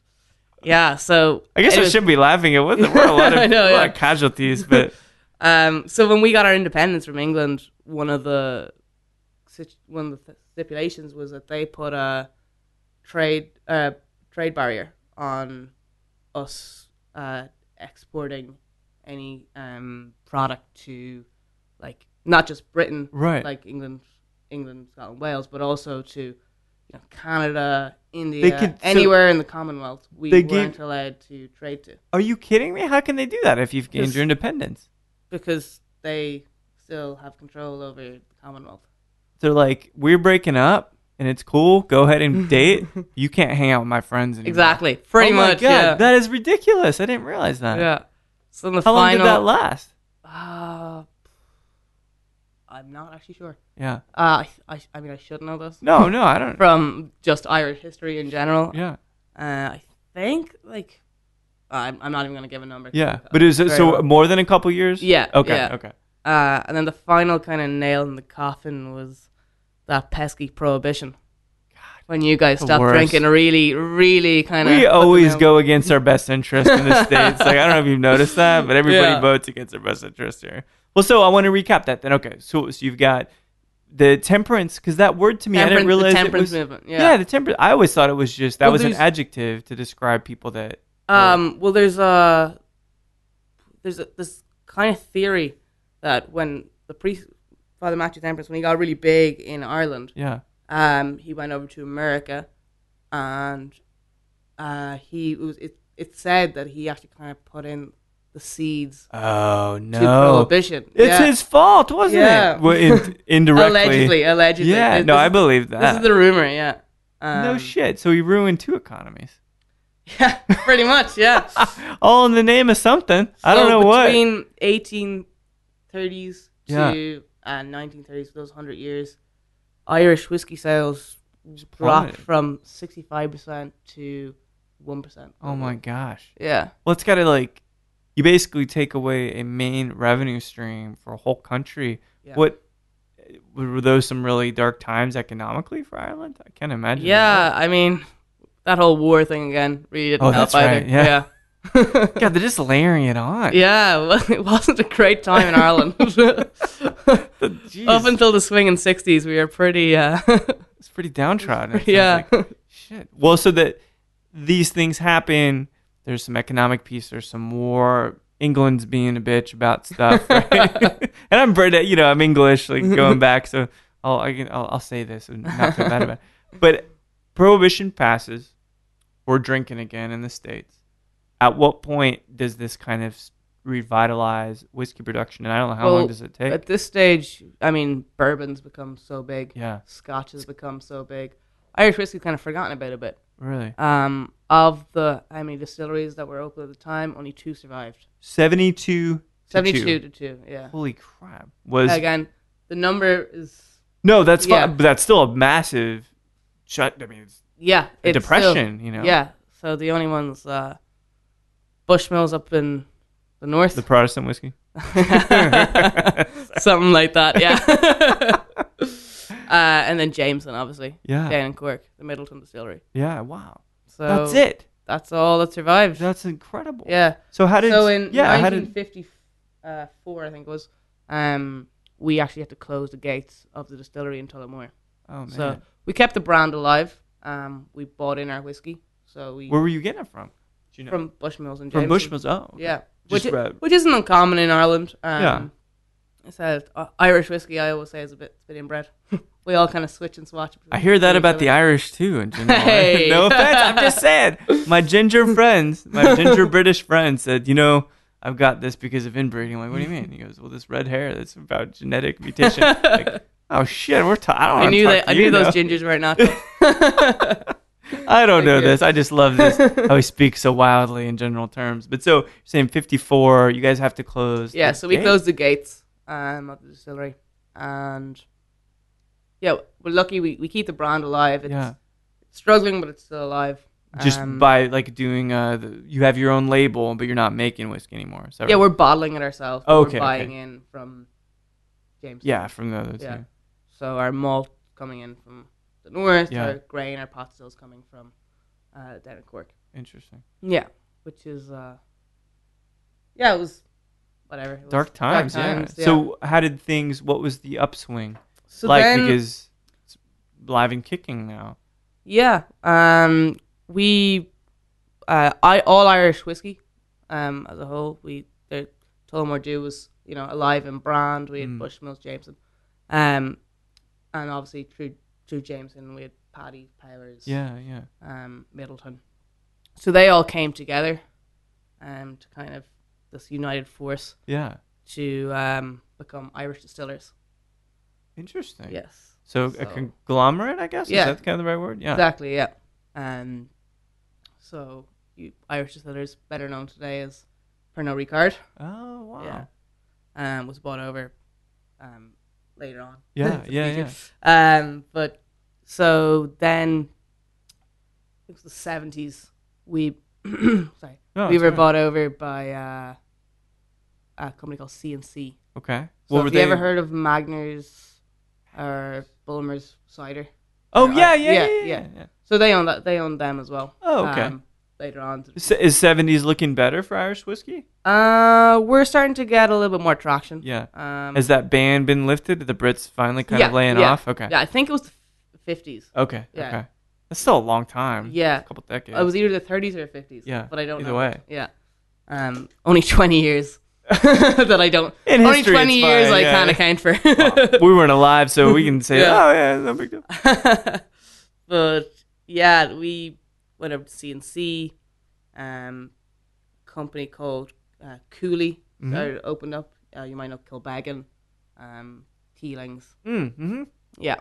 yeah, so
I guess
it
I
was-
should be laughing. It wasn't. We're a lot of,
I know,
a lot
yeah.
of casualties, but
Um, so when we got our independence from England, one of the situ- one of the stipulations was that they put a trade uh, trade barrier on us uh, exporting any um, product to like not just Britain,
Right.
Like England, England, Scotland, Wales, but also to you know, Canada, India,
could- so-
anywhere in the Commonwealth. We
They
weren't
gave-
allowed to trade to
are you kidding me? How can they do that if you've gained
Yes.
your independence?
because they still have control over the Commonwealth.
They're like, we're breaking up, and it's cool. Go ahead and date. you can't hang out with my friends anymore.
Exactly. Pretty
oh my
much.
God,
yeah.
that is ridiculous. I didn't realize that.
yeah. So in the
How long
final,
did that last?
uh, I'm not actually sure.
Yeah.
Uh, I, I, I mean, I should know this
No, no, I don't.
from just Irish history in general.
Yeah.
Uh, I think like I'm, I'm not even gonna give a number. 'cause
Yeah.
I-
But is it
very
so
well.
more than a couple years?
Yeah,
Okay.
yeah.
Okay.
Uh, and then the final kind of nail in the coffin was that pesky prohibition. When you guys
the
stopped
worst.
drinking, really, really kind of.
We always go against our best interest in the states. Like I don't know if you've noticed that, but everybody
Yeah.
votes against their best interest here. Well, so I want to recap that then. Okay, so, so you've got the temperance because that word to me I didn't
Temperance- the
realize
temperance
it was.
movement.
Yeah. the temperance. I always thought it was just that
Well,
was an
there's-
adjective to describe people that.
Um, well, there's a there's a, this kind of theory that when the priest Father Matthew Temperance, when he got really big in Ireland,
Yeah.
um, he went over to America, and uh, he it was it, it said that he actually kind of put in the seeds
Oh
to
no.
prohibition.
It's
Yeah.
his fault, wasn't
Yeah.
it? Well, in, indirectly.
allegedly, allegedly.
Yeah.
This-
No,
this,
I believe that.
This is the rumor. Yeah. Um,
no shit. So he ruined two economies.
Yeah, pretty much. Yeah.
All in the name of something. I don't
So
know what.
between 1830s
Yeah.
to uh, 1930s, those hundred years, Irish whiskey sales dropped
plummeted.
from 65 percent to one percent.
Oh my gosh.
Yeah,
Well, it's got to like, you basically take away a main revenue stream for a whole country.
Yeah.
What were those some really dark times economically for Ireland? I can't imagine.
yeah. I mean, that whole war thing again really didn't
Oh,
help
that's
either.
right,
Yeah.
yeah.
Yeah.
God, they're just layering it on.
well, it wasn't a great time in Ireland.
Jeez,
Up until the swinging 60s, we were pretty, uh,
it's pretty downtrodden. it sounds
yeah.
like. shit. Well, so that these things happen. There's some economic piece. There's some war. England's being a bitch about stuff, right? and I'm British. You know, I'm English. Like going back, so I'll I can, I'll, I'll say this and not feel bad about it. But prohibition passes. We're drinking again in the states. At what point does this kind of s- revitalize whiskey production? And I don't know how long
Well,
does it take.
At this stage, I mean, bourbon's become so big.
yeah,
Scotch has become so big. Irish whiskey's kind of forgotten about a bit.
really.
Um, of the how many distilleries that were open at the time, only two survived.
Seventy-two. to
Seventy-two
two.
to two. Yeah.
Holy crap! Was
Again, the number is
No, that's
Yeah.
fine, but that's still a massive shut. I mean, it's
yeah.
a
It's still-
depression, you know.
Yeah. So the only ones uh, Bushmills up in the north,
the Protestant whiskey.
something like that. Yeah. uh, and then Jameson, obviously,
Yeah, yeah.
down in Cork, the Middleton Distillery.
wow,
So
that's it.
That's all that survived.
That's incredible.
yeah.
So how did?
so in
yeah, how did?
1954, I think it was, um, we actually had to close the gates of the distillery in Tullamore.
Oh man,
So we kept the brand alive. Um, we bought in our whiskey, so we
where were you getting it from? Do you know?
from Bushmills and
From
Jameson.
Bushmills. Oh, okay.
Yeah,
Just
which
about-
which isn't uncommon in Ireland. Um,
Yeah.
So uh, Irish whiskey, I always say, is a bit, it's a bit inbred. we all kind of switch and swatch.
I hear that about the Irish too. In general.
Hey.
no offense, I'm just saying. My ginger friends, my ginger British friends said, you know. I've got this because of inbreeding. I'm like, what do you mean? He goes, well, this red hair, that's about genetic mutation. Like, oh, shit, we're ta- I don't
I
wanna
knew
talk
that.
to
I
you
knew
now.
those gingers were not.
I don't know
Thank you.
this. I just love this. how he speaks so wildly in general terms. But so you're saying 54, you guys have to close.
Yeah,
the
so we
gate.
closed the gates um, of the distillery, and yeah, we're lucky we, we keep the brand alive. It's
Yeah.
struggling, but it's still alive.
just
Um,
by like doing uh, the, you have your own label, but you're not making whiskey anymore. Is that
Yeah,
right?
we're bottling it ourselves. but
Okay, okay.
we're buying in from James.
yeah, from the other
Yeah.
two.
So our malt coming in from the north,
Yeah.
our grain, our pot stills coming from uh, down in Cork.
Interesting.
Yeah, which is uh, yeah, it was whatever. It was
Dark times, yeah. So how did things? What was the upswing
So
like?
then-
because it's live and kicking now.
yeah, um, we uh, I all Irish whiskey um, as a whole. We the Tullamore Dew was you know alive and brand. We had
Mm.
Bushmills Jameson, um, and obviously True True Jameson. We had Paddy Powers.
Yeah, yeah.
um, Middleton. So they all came together um, to kind of this united force
Yeah.
to um, become Irish distillers.
Interesting.
Yes,
So, a
So-
conglomerate, I guess.
Yeah.
Is that kind of the right word? Yeah.
exactly. Yeah. Um, so you, Irish distillers, better known today as Pernod Ricard,
oh wow.
Yeah. um, was bought over um, later on.
Yeah, yeah, yeah.
Um, but so then it was the seventies. We sorry,
No,
we
it's all
were
Oh, right.
bought over by uh, a company called CNC.
Okay.
So have you ever heard of Magner's or Bulmer's cider?
Oh
Uh,
yeah, yeah, yeah,
yeah, Um,
yeah.
yeah.
yeah.
So they own that. They own them as well.
Oh, okay.
later on,
S- is seventies looking better for Irish whiskey?
uh, we're starting to get a little bit more traction.
Yeah.
Um,
Has that ban been lifted? Are the Brits finally kind of
Yeah,
laying
yeah,
off? Okay.
Yeah, I think it was the fifties.
Okay.
Yeah.
Okay. That's still a long time.
Yeah.
A couple decades.
It was either the thirties or fifties.
Yeah,
but I don't
either
know.
way.
Yeah. Um, only twenty years that I don't.
In
only
history,
twenty
it's
years
fine,
I
yeah.
can't account for.
we weren't alive, so we can say,
Yeah.
oh yeah, no big deal.
but yeah, we went over to CNC, um, company called uh, Cooley
Mhm.
that opened up. Uh, you might know Kilbeggan, um, Teelings.
Mm-hmm.
Yeah,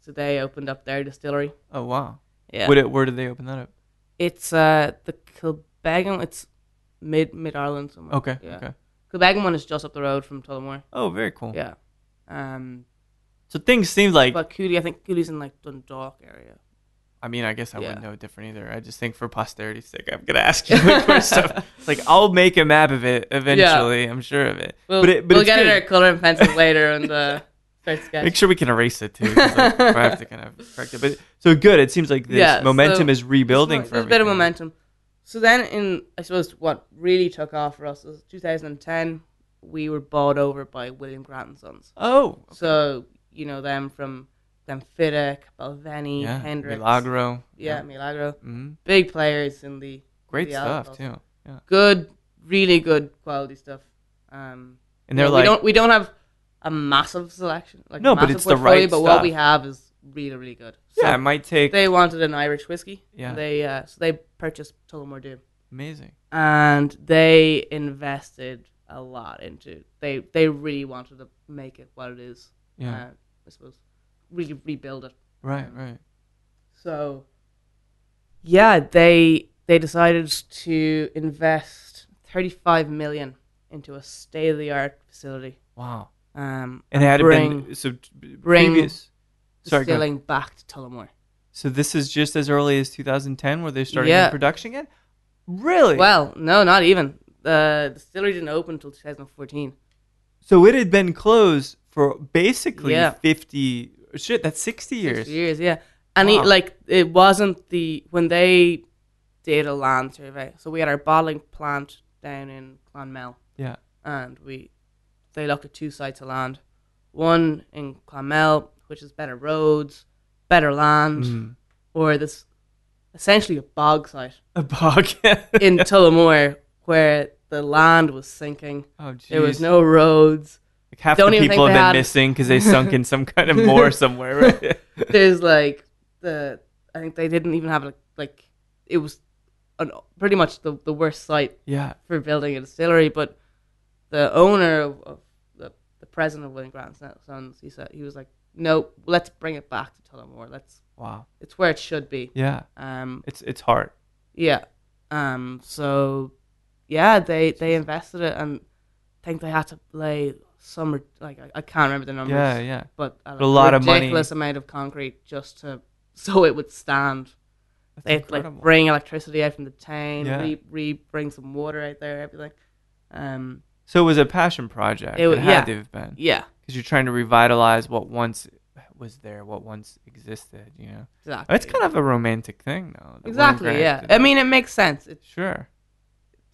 so they opened up their distillery.
Oh wow.
Yeah,
What it, where did they open that up?
it's uh the Kilbeggan. It's mid mid Ireland somewhere.
Okay.
Yeah.
Okay.
Kilbeggan one is just up the road from Tullamore.
Oh, very cool.
Yeah. Um,
So things seemed like
but Cooley, I think Cooley's in like Dundalk area.
I mean, I guess I wouldn't
Yeah.
know it different either. I just think for posterity's sake, I'm gonna ask you the question. It's like I'll make a map of it eventually. I'm sure of it.
We'll,
but it, but
we'll
it's
get
good.
it our color and pencil later and uh, start sketch.
Make sure we can erase it too. 'cause, Like, if I have to kind of correct it. But so good. It seems like this
Yeah,
momentum
so
is rebuilding for
There's a bit of
everything.
momentum. So then, in I suppose what really took off for us was 2010. We were bought over by William Grant and Sons.
Oh,
So you know them from them Fiddick, Balvenie,
yeah.
Hendricks,
Milagro.
yeah, Milagro,
hmm
big players in the
Great
The
stuff
alcohol.
too. Yeah.
good, really good quality stuff. Um,
And they're
you know,
like,
we don't we don't have a massive selection, like
No,
a
but
massive
it's the
portfolio,
right
But
stuff.
what we have is really really good. So
yeah, it might take
they wanted an Irish whiskey.
Yeah.
They uh, so they purchased Tullamore Dew,
amazing.
and they invested a lot into. It. They they really wanted to make it what it is.
Yeah.
Uh, I suppose really rebuild it.
right. Right.
So yeah, they they decided to invest 35 million into a state of the art facility.
Wow.
Um,
And it had been
bring-
so t-
bring
previous. Sorry. go ahead.
distilling back to Tullamore.
So this is just as early as 2010 where they started
Yeah.
production again? Really?
Well, no, not even. The distillery didn't open until 2014.
so it had been closed for basically
Yeah.
50 shit, that's 60 years.
Six years, yeah. And
Wow.
it, like it wasn't the when they did a land survey. So we had our bottling plant down in Clonmel.
Yeah.
and we they look at two sites of land. One in Clonmel, which is better roads, better land,
Mm.
or this essentially a bog site
A bog.
in Tullamore where the land was sinking.
oh jeez.
There was no roads.
like half
don't
the
even
people
think
have
they
been
had-
missing cuz they sunk in some kind of moor somewhere, right?
There's like the I think they didn't even have like, like it was an, pretty much the, the worst site
yeah.
for building a distillery, but the owner of, of the, the president of William Grant and Sons, he said he was like, "No, let's bring it back to Tullamore. Let's
Wow.
it's where it should be."
Yeah.
Um,
It's it's hard.
yeah. Um, so yeah, they they invested it, and I think they had to play some like I, I can't remember the numbers,
Yeah, yeah.
but a,
lot of money.
ridiculous amount of concrete just to so it would stand.
That's
They had to, like
incredible.
bring electricity out from the town,
Yeah.
re, re bring some water out there, everything. Um,
so it was a passion project.
It
It,
wa-
had
yeah.
to have been
yeah,
because you're trying to revitalize what once was there, what once existed. You know,
exactly.
that's kind of a romantic thing, though. that Wayne
exactly.
Grant
Yeah,
did.
I mean, it makes sense. It,
sure.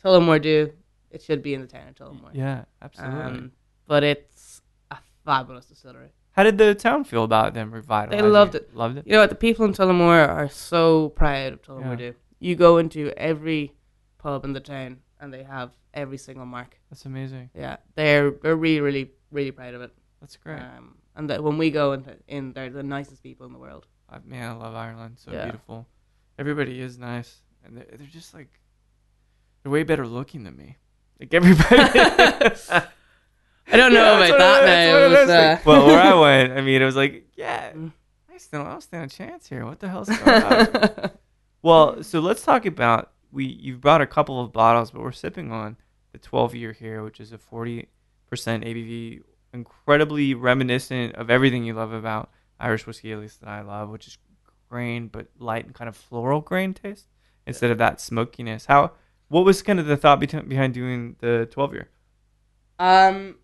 Tullamore do. It should be in the town of Tullamore.
Yeah, absolutely.
Um, but it's a fabulous distillery.
How did the town feel about them revitalizing?
loved it.
Loved it.
You know what? The people in Tullamore are so proud of Tullamore
Yeah.
Dew. You go into every pub in the town and they have every single mark.
That's amazing.
Yeah, they're they're really really really proud of it.
That's great.
Um, and that when we go in, in, they're the nicest people in the world.
I, man, I love Ireland. So
Yeah.
beautiful. Everybody is nice, and they're, they're just like they're way better looking than me. Like everybody.
I don't know
Yeah, that's
about
what
that
it- that's what
now.
it
It was,
is. Like,
uh,
well, where I went, I mean, it was like, yeah,
Mm.
I still, I don't stand a chance here. What the hell's
uh,
going on? well, so let's talk about we. You've brought a couple of bottles, but we're sipping on the 12 year here, which is a 40 percent ABV, incredibly reminiscent of everything you love about Irish whiskey, at least that I love, which is grain but light and kind of floral grain taste instead of that smokiness. How? What was kind of the thought beti- behind doing the 12 year?
um,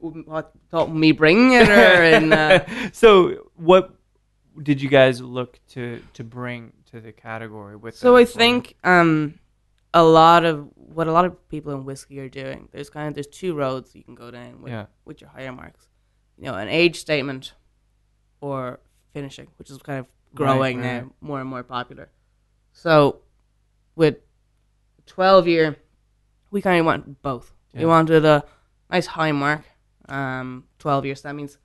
w- what thought me bringing it or in, uh,
so what did you guys look to to bring to the category with
So
that
I
flavor?
think um, a lot of what a lot of people in whiskey are doing. There's kind of there's two roads you can go down with
Yeah.
with your higher marks. You know, an age statement or finishing, which is kind of growing
right.
now, more and more popular. So with twelve year, we kind of want both.
Yeah.
We wanted a nice high mark, um, twelve years. That means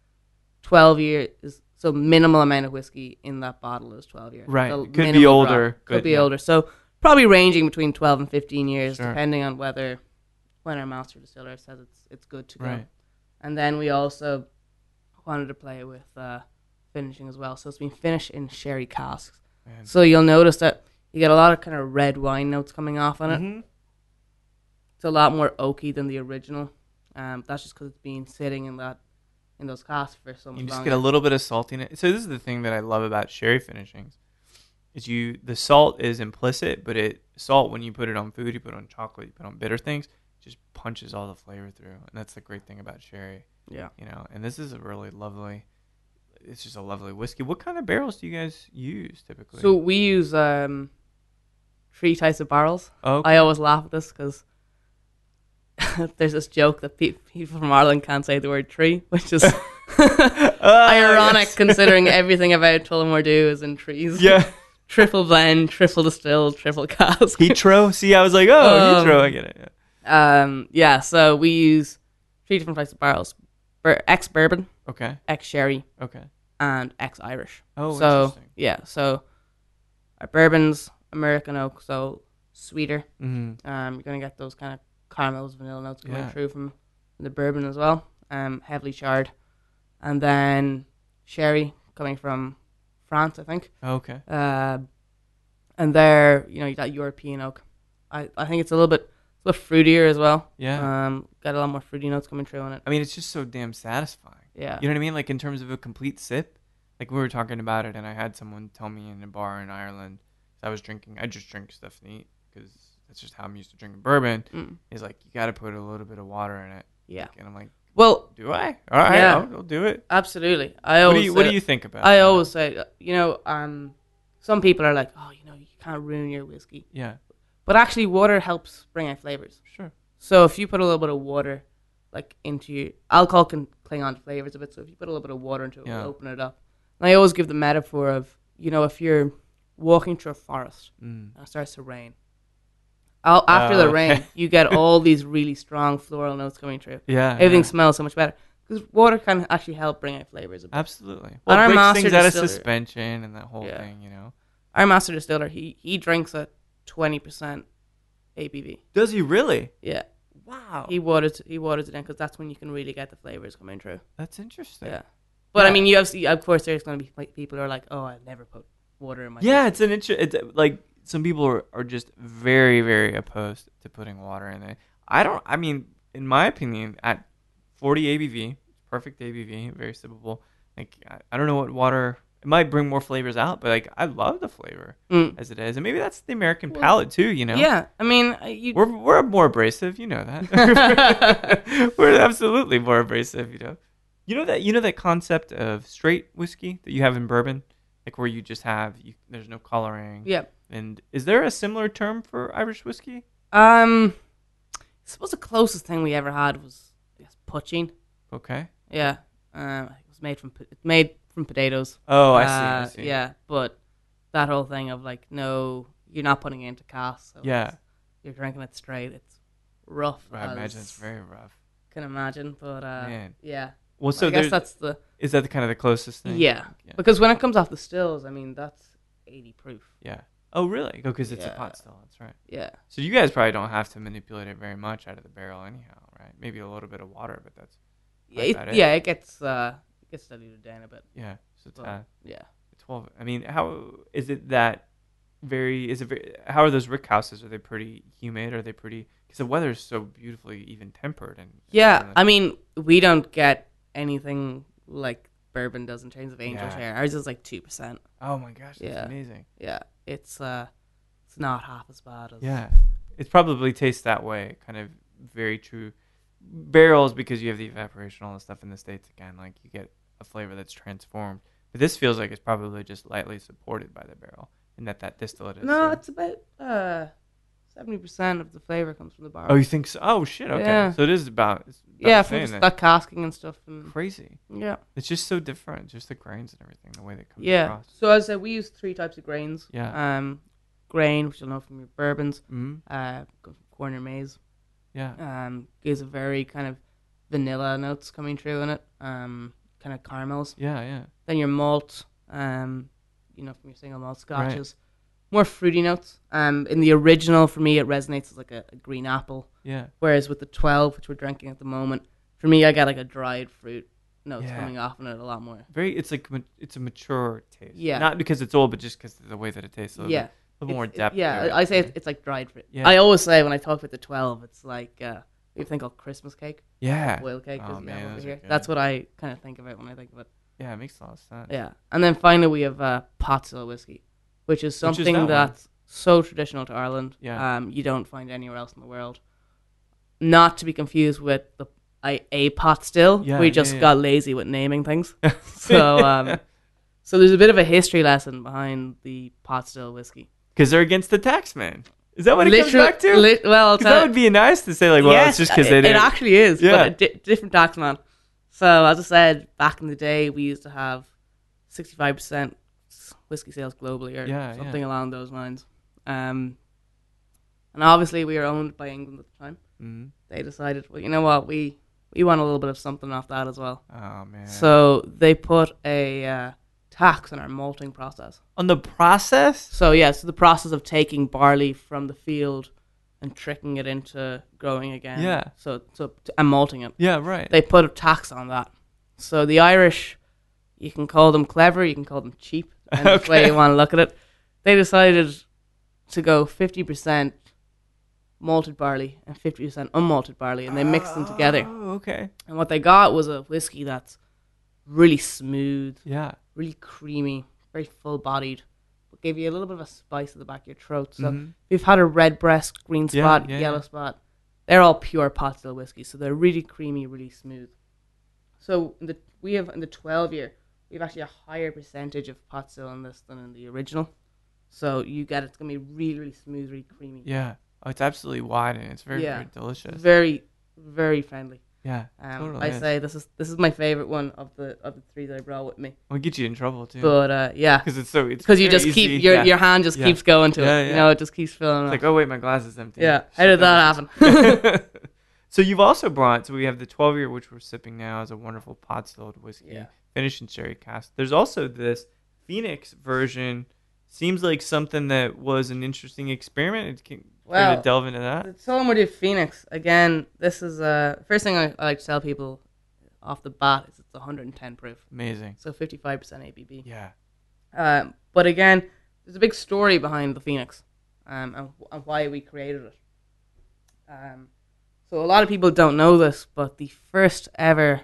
twelve years is so minimal amount of whiskey in that bottle is twelve years.
Right.
The
It could be
minimal drop.
older,
Could
but
be
yeah.
older. So probably ranging between twelve and fifteen years,
Sure.
depending on whether when our master distiller says it's it's good to go.
Right.
And then we also wanted to play with uh, finishing as well. So it's been finished in sherry casks.
Man.
So you'll notice that you get a lot of kind of red wine notes coming off on it
Mhm.
it's a lot more oaky than the original. Um, that's just because it's been sitting in that in those casks for so much
you just
longer.
get a little bit of salt in it. So this is the thing that I love about sherry finishings. Is you the salt is implicit, but it salt when you put it on food, you put it on chocolate, you put it on bitter things, just punches all the flavor through. And that's the great thing about sherry,
yeah.
you know. And this is a really lovely it's just a lovely whiskey. What kind of barrels do you guys use typically?
So we use um, three types of barrels.
oh,
I always laugh at this because there's this joke that pe- people from Ireland can't say the word tree, which is
oh,
ironic
yes.
considering everything about Tullamore Dew is in trees.
yeah.
triple blend, triple distilled, triple cask.
Heatro. See, I was like, oh,
Um,
Heatro. I get it. Yeah.
um, yeah, so we use three different types of barrels: Bur- ex bourbon,
Okay.
ex sherry,
Okay.
and ex Irish.
Oh,
so
interesting.
yeah, so our bourbons, American oak, so sweeter.
Mm,
Um, you're gonna get those kind of caramels, vanilla notes coming
Yeah.
through from the bourbon as well. Um, heavily charred, and then sherry coming from France, I think.
okay.
Uh, and there, you know, that European oak. I, I think it's a little bit a little fruitier as well.
Yeah.
Um, got a lot more fruity notes coming through on it.
I mean, it's just so damn satisfying.
Yeah.
You know what I mean? Like in terms of a complete sip. Like we were talking about it, and I had someone tell me in a bar in Ireland. 'cause I was drinking. I just drink stuff neat because that's just how I'm used to drinking bourbon.
Mm.
Is like you got to put a little bit of water in it,
Yeah.
and I'm like,
Well,
do I? All right,
Yeah.
I'll, I'll do it.
absolutely. I
What
always
do you What
say-
do you think about?
I
that?
always say, uh, you know, um, some people are like, oh, you know, you can't ruin your whiskey.
Yeah.
But actually, water helps bring out flavors.
Sure.
So if you put a little bit of water, like into your alcohol can cling on to flavors a bit. So if you put a little bit of water into it,
Yeah.
it'll open it up. And I always give the metaphor of, you know, if you're walking through a forest
Mm.
and it starts to rain. Al- after the
Oh, okay.
rain, you get all these really strong floral notes coming through.
Yeah.
Everything
yeah.
smells so much better because water can actually help bring out flavors. A bit.
Absolutely. Well,
our
it breaks
master
things out of
distiller-
suspension and that whole
Yeah.
thing, you know.
Our master distiller, he he drinks at twenty percent ABV.
Does he really?
Yeah,
Wow.
he waters he waters it down because that's when you can really get the flavors coming through.
That's interesting.
Yeah, but
Yeah.
I mean, you have of course there's going to be like, people who are like, oh, I never put water in my
Yeah, it's an inter- it's uh, like some people are, are just very very opposed to putting water in it. I don't I mean, in my opinion, at 40 ABV, perfect ABV, very sippable. Like I, I don't know what water It might bring more flavors out, but like I love the flavor
Mm.
as it is, and maybe that's the American palate too. You know,
Yeah, I mean, uh, you
we're we're more abrasive. You know that we're absolutely more abrasive. You know, you know that you know that concept of straight whiskey that you have in bourbon, like where you just have you, there's no coloring.
yeah.
And is there a similar term for Irish whiskey?
Um, I suppose the closest thing we ever had was I guess poaching.
Okay.
Yeah, um, it was made from po- made from potatoes.
Oh, I see. I
Uh,
see.
Yeah, but that whole thing of like, no, you're not putting it into cask. So
Yeah.
it's- you're drinking it straight. It's rough.
I imagine
as
it's very rough.
Can imagine, but uh,
Man.
yeah.
Well, so
I guess
there's-
that's the
is that the kind of the closest thing?
yeah.
Yeah.
Because when it comes off the stills, I mean that's 80 proof.
Yeah. Oh, really? Oh, because it's a
Yeah.
pot still. That's right.
Yeah.
So you guys probably don't have to manipulate it very much out of the barrel, anyhow, right? Maybe a little bit of water, but that's
Yeah,
I
it,
bet it-
yeah, it gets uh, it gets diluted down a bit.
yeah. So it's
But,
uh,
yeah.
twelve. I mean, how is it that very? Is it very, how are those rick houses? Are they pretty humid? Are they pretty? Because the weather is so beautifully even tempered and
Yeah,
and-
I mean, we don't get anything like bourbon does in terms of angel
Yeah.
share. Ours is like two percent.
oh my gosh, that's
Yeah.
amazing.
Yeah, it's uh, it's not half as bad as
Yeah, it probably tastes that way. Kind of very true barrels because you have the evaporation, all the stuff in the states again. Like you get a flavor that's transformed, but this feels like it's probably just lightly supported by the barrel, and that that distillate is.
No,
uh,
it's about uh, seventy percent of the flavor comes from the barrel.
oh, you think so? Oh shit. Okay,
Yeah.
so it is about. It's about
yeah,
the
from
same
just
then.
that casking and stuff. And,
crazy.
yeah,
It's just so different, just the grains and everything, the way they come
yeah.
across.
So as I said, we use three types of grains.
Yeah.
Um, grain, which you'll know from your bourbons,
Mm-hmm.
uh, comes from corn or maize.
Yeah.
Um, gives a very kind of vanilla notes coming through in it. Um, kind of caramels.
Yeah, yeah.
Then your malt, um, you know, from your single malt scotches, more fruity notes. Um, in the original, for me, it resonates as like a, a green apple.
Yeah.
Whereas with the 12, which we're drinking at the moment, for me, I got like a dried fruit notes
Yeah.
coming off in it a lot more.
Very it's like ma- it's a mature taste.
Yeah.
Not because it's old, but just because the way that it tastes a little
Yeah.
bit, a little more
It's- it-
depth.
yeah,
to it.
I I say it's, it's like dried fruit.
Yeah.
I always say when I talk about the 12, it's like uh, we have a thing called Christmas cake,
Yeah.
oil cake,
Oh,
as you
man,
have over
those are
here.
good.
That's what I kind of think about when I think about
Yeah, it makes a lot of sense.
Yeah, and then finally we have uh, Pottsville whiskey,
Which
which is
is
something
that one.
that's so traditional to Ireland.
Yeah.
um, you don't find anywhere else in the world. Not to be confused with the I, a pot still.
Yeah,
we
yeah,
just
yeah.
got lazy with naming things, so um, so there's a bit of a history lesson behind the pot still whiskey.
Because they're against the tax man. Is that what it comes
Literal-
back to?
lit- well, I'll
'Cause
tell
that would be nice to say, like, well,
yes,
it's just because
it-
they
It
did.
actually is,
Yeah.
but a di- different tax man. So as I said, back in the day, we used to have sixty-five percent whiskey sales globally, or
Yeah, yeah.
something along those lines. Um, and obviously, we were owned by England at the time.
Mhm.
They decided, well, you know what, we we want a little bit of something off that as well.
Oh man.
So they put a uh, tax on our malting process.
on the process.
So yeah, so the process of taking barley from the field and tricking it into growing again.
Yeah.
So so and malting it.
Yeah. Right.
They put a tax on that. So the Irish, you can call them clever, you can call them cheap, and which way
Okay.
you want to look at it. They decided to go fifty percent malted barley and fifty percent unmalted barley, and they mixed them together.
Oh, okay.
And what they got was a whiskey that's really smooth,
Yeah.
really creamy, very full bodied, but give you a little bit of a spice at the back of your throat. So
Mhm.
we've had a red breast, green
Yeah,
spot,
yeah,
yellow
yeah.
spot. They're all pure pot still whiskey, so they're really creamy, really smooth. So in the we have in the twelve year, we have actually a higher percentage of pot still in this than in the original. So you get it's gonna be really, really smooth, really creamy.
Yeah. Oh, it's absolutely wide and it's very,
Yeah.
very delicious.
Very, very friendly.
yeah.
Um,
totally.
I
is.
say this is this is my favorite one of the of the three that I brought with me.
We'll get you in trouble too.
But uh, yeah,
Because it's so. It's
because you
very
just
easy.
keep your
Yeah.
your hand just
Yeah.
keeps going to
Yeah,
it.
yeah.
You know, it just keeps filling
It's
up.
like, oh wait, my glass is empty.
yeah,
Shit,
how did that happen?
so you've also brought. So we have the 12 year, which we're sipping now, is a wonderful pot stilled whiskey,
Yeah.
finished in sherry cask. There's also this Phoenix version. Seems like something that was an interesting experiment. It can
Well,
to delve into that.
The Solomordi Phoenix. Again, this is uh first thing I, I like to tell people off the bat is it's 110 proof,
Amazing.
so 55% ABV.
Yeah.
Um, but again, there's a big story behind the Phoenix, um, and, and why we created it. Um, so a lot of people don't know this, but the first ever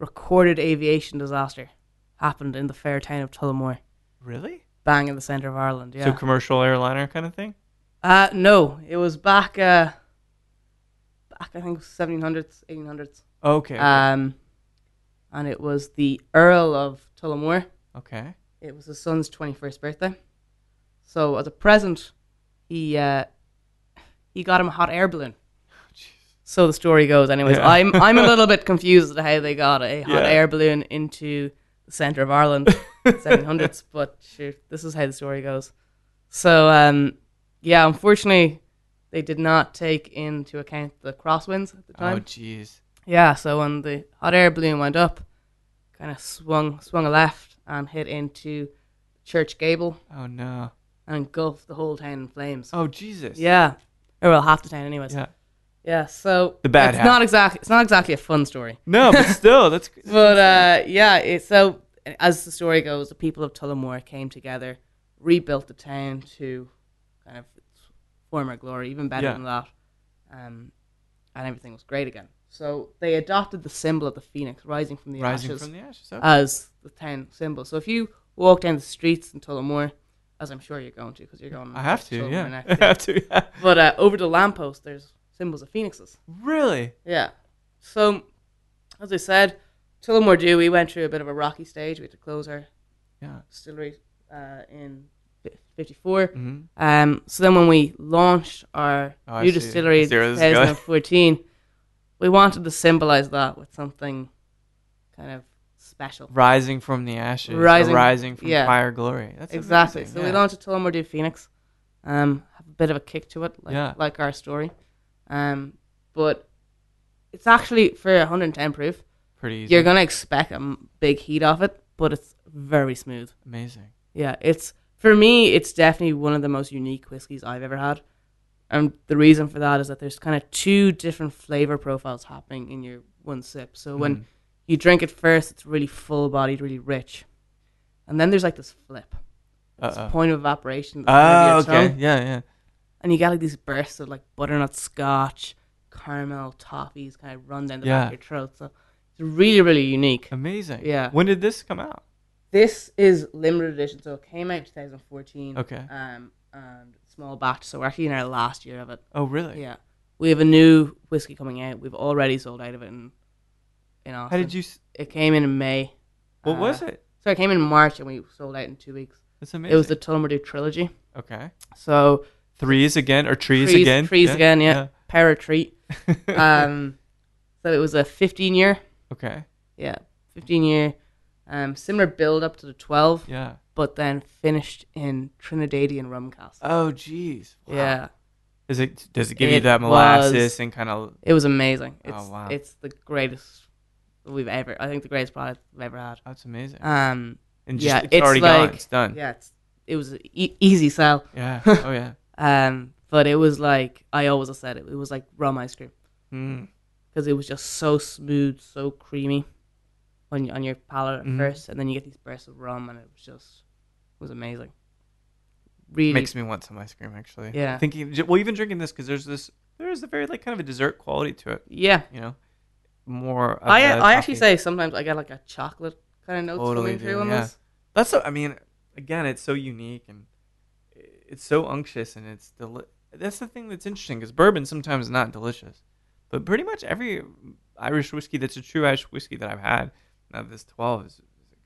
recorded aviation disaster happened in the fair town of Tullamore,
Really?
bang in the centre of Ireland. Yeah.
So commercial airliner kind of thing.
uh, no, it was back, uh, back I think 1700s, 1800s.
Okay. okay,
Um, and it was the Earl of Tullamore.
okay.
It was his son's 21st birthday. So as a present, he uh, he got him a hot air balloon. So the story goes. Anyways,
Yeah.
I'm I'm a little bit confused as to how they got a hot
Yeah.
air balloon into the center of Ireland, 700s. But sure, this is how the story goes. So um, yeah, unfortunately, they did not take into account the crosswinds at the time.
Oh, jeez.
Yeah, so when the hot air balloon went up, kind of swung swung a left and hit into church gable
Oh no.
and engulfed the whole town in flames.
Oh Jesus.
Yeah, or well, half the town, anyways. Yeah,
Yeah.
so
The bad
It's
half.
not exactly it's not exactly a fun story,
No, but still, that's.
but uh, yeah. It, so as the story goes, the people of Tullamore came together, rebuilt the town to kind of its former glory, even better
Yeah.
than that, um, and everything was great again. So they adopted the symbol of the phoenix rising from the
rising
ashes
from the ashes. Okay.
as the town symbol. So if you walk down the streets in Tullamore, as I'm sure you're going to, because you're going.
I have to.
Tullamore
Yeah.
next
I
year.
have to. Yeah.
but uh, over the lamppost, there's symbols of phoenixes.
Really?
Yeah. So, as I said, Tullamore Dew, we went through a bit of a rocky stage. We had to close our
Yeah.
distillery uh, in fi- 54.
Mm-hmm.
Um, so then when we launched our
Oh, I
new
see.
distillery
I
in
see where this is going.
2014, we wanted to symbolize that with something kind of special.
Rising from the ashes. or
Rising-
rising from
yeah.
prior glory. That's
Exactly.
amazing,
So we
yeah.
launched a Tullamore Dew Phoenix. Um, have a bit of a kick to it, like
Yeah.
like our story. Um, but it's actually for 110 proof.
Pretty easy.
You're gonna expect a m- big heat off it, but it's very smooth.
amazing.
Yeah, it's for me, it's definitely one of the most unique whiskies I've ever had. And the reason for that is that there's kind of two different flavor profiles happening in your one sip. So
Hmm.
when you drink it first, it's really full bodied, really rich, and then there's like this flip. It's
Uh
a point of evaporation. at the
oh.
front of your
okay.
tongue,
Yeah. Yeah.
And you get like these bursts of like butternut scotch, caramel toffees kind of run down the back
Yeah.
of your throat. So it's really, really unique.
Amazing.
Yeah.
When did this come out?
This is limited edition, so it came out in 2014.
Okay.
Um, and small batch, so we're actually in our last year of it.
Oh, really?
Yeah. We have a new whiskey coming out. We've already sold out of it in, in Austin.
How did you? s-
It came in in May.
What
Uh,
was it?
So it came in March and we sold out in two weeks.
That's amazing.
It was the Tullamore trilogy.
okay.
So
Threes again or trees,
Trees-
again?
trees again, yeah. power treat.
yeah.
um, so it was a 15 year,
okay.
yeah, 15 year, um, similar build up to the 12,
Yeah.
but then finished in Trinidadian rum cask.
Oh, jeez. Wow.
Yeah,
Is it? Does it give you
It
that
was-
molasses and kind of?
it was amazing. It's,
Oh, wow.
it's the greatest we've ever. I think the greatest product we've ever had.
That's amazing.
Um,
and
yeah,
just, it's,
it's
already
like-
gone. It's done. Yeah.
yeah, it's it was an e- easy sell.
Oh yeah.
Um, but it was like I always said it. It was like rum ice cream
Mm.
because it was just so smooth, so creamy on on your palate at
Mhm.
first, and then you get these bursts of rum, and it was just it was amazing. Really,
Makes me want some ice cream actually.
Yeah.
Thinking. ju- Well, even drinking this because there's this. There is a very like kind of a dessert quality to it.
yeah.
You know. More. Of
I
the
I
toffee.
actually say sometimes I get like a chocolate kind of notes
Totally
coming through
do,
on
yeah.
this.
That's. So, I mean, again, it's so unique and it's so unctuous and it's deli- That's the thing that's interesting because bourbon sometimes is not delicious, but pretty much every Irish whiskey that's a true Irish whiskey that I've had. Now this twelve is, is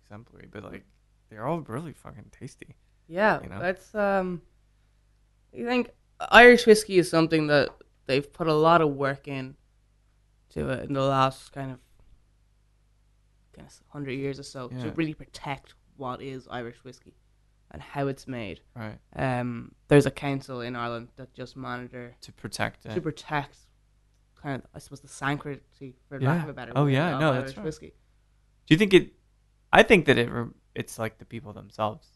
exemplary, but like they're all really fucking tasty.
Yeah,
you know?
that's um. You think Irish whiskey is something that they've put a lot of work in to it in the last kind of kind of hundred years or so to
Yeah.
really protect what is Irish whiskey and how it's made.
Right.
Um, there's a council in Ireland that just monitor
To protect it.
to protect kind of I suppose the sanctity for lack
Yeah.
of a better
Oh,
word,
yeah,
of
no,
Irish
that's right.
whiskey.
Do you think it? I think that it. re- It's like the people themselves,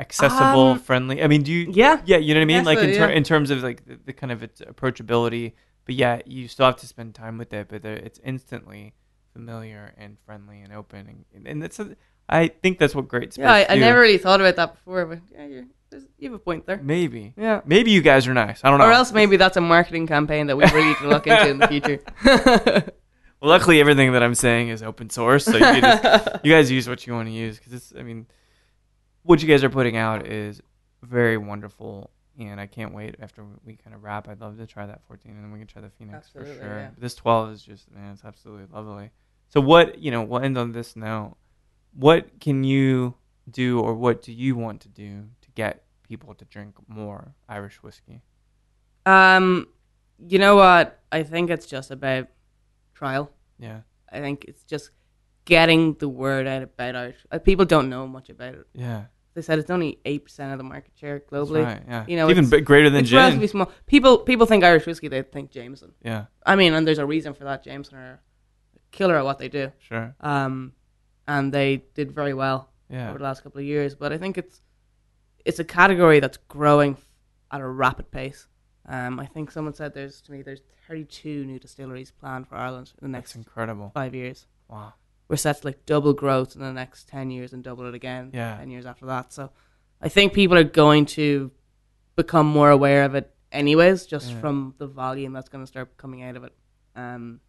accessible,
Um,
friendly. I mean, do you?
Yeah,
Yeah, you know what I mean.
guess
Like
so,
in, ter-
yeah.
in terms of like the, the kind of its approachability, but yeah, you still have to spend time with it. But there- it's instantly familiar and friendly and open, and and that's. A, I think that's what great.
yeah. I,
spirits
I
do.
never really thought about that before, but yeah, you're, there's, you have a point
Mm.
there.
Maybe.
Yeah.
Maybe you guys are nice. I don't know.
Or else maybe that's a marketing campaign that we really need to look into in the future.
Well, luckily everything that I'm saying is open source, so you, can just, you guys use what you want to use because it's. I mean, what you guys are putting out is very wonderful, and I can't wait after we kind of wrap. I'd love to try that 14, and then we can try the Phoenix
Absolutely,
for sure.
yeah.
But this 12 is just man, it's absolutely lovely. So what you know, we'll end on this note. What can you do, or what do you want to do to get people to drink more Irish whiskey?
Um, you know what? I think it's just about trial.
Yeah,
I think it's just getting the word out about Irish. Like, people don't know much about it.
yeah,
They said it's only eight percent of the market share
that's
globally.
right. Yeah,
You know,
even
it's-
bit greater than
It's relatively
gin.
small. People people think Irish whiskey, they think Jameson.
Yeah,
I mean, and there's a reason for that. Jameson are a killer at what they do.
sure.
Um, and they did very well
Yeah,
over the last couple of years. But I think it's it's a category that's growing f- at a rapid pace. Um, I think someone said there's to me there's 32 new distilleries planned for Ireland in the
that's
next
incredible.
five years.
Wow.
We're set to like double growth in the next 10 years and double it again
Yeah.
10 years after that. So I think people are going to become more aware of it anyways, just
Yeah.
from the volume that's going to start coming out of it. Um,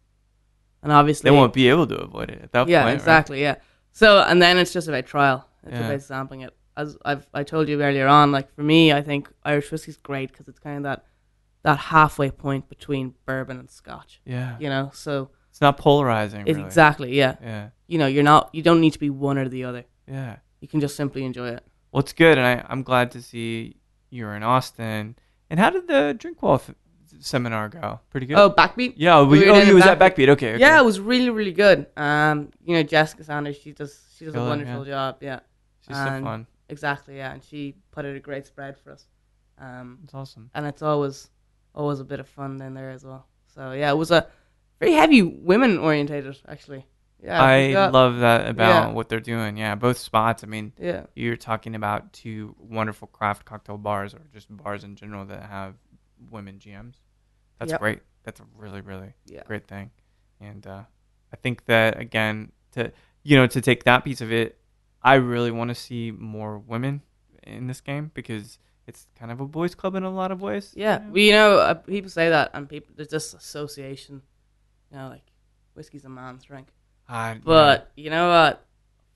and obviously,
They won't be able to avoid it at that
yeah,
point. right?
exactly. Yeah. So and then it's just about trial. It's
Yeah.
about sampling it. As I've I told you earlier on, like for me, I think Irish whiskey's great because it's kind of that that halfway point between bourbon and Scotch.
Yeah.
You know, so
It's not polarizing.
it's
really.
exactly yeah.
Yeah.
You know, you're not you don't need to be one or the other.
Yeah.
You can just simply enjoy it.
Well, it's good, and I, I'm glad to see you're in Austin. And how did the Drinkwall f- seminar go? Pretty good.
Oh, backbeat.
yeah. We,
we were
oh,
down
you
in
was at Backbeat. Okay. okay.
Yeah, it was really really good. Um, you know, Jessica Sanders, she does she does a
Killer,
wonderful job. Yeah,
She's
and-
so fun.
exactly. Yeah, and she put out a great spread for us. Um,
It's awesome.
and it's always always a bit of fun in there as well. So yeah, it was a very heavy women orientated actually. Yeah,
I
we got-
love that about
Yeah.
what they're doing. Yeah. Both spots. I mean,
Yeah,
you're talking about two wonderful craft cocktail bars or just bars in general that have women GMs. That's
Yep.
great. That's a really, really
Yeah.
great thing. And uh, I think that again, to you know, to take that piece of it, I really want to see more women in this game because it's kind of a boys' club in a lot of ways.
yeah. We you know uh, people say that, and people there's this association, you know, like whiskey's a man's drink.
I-
But you know what?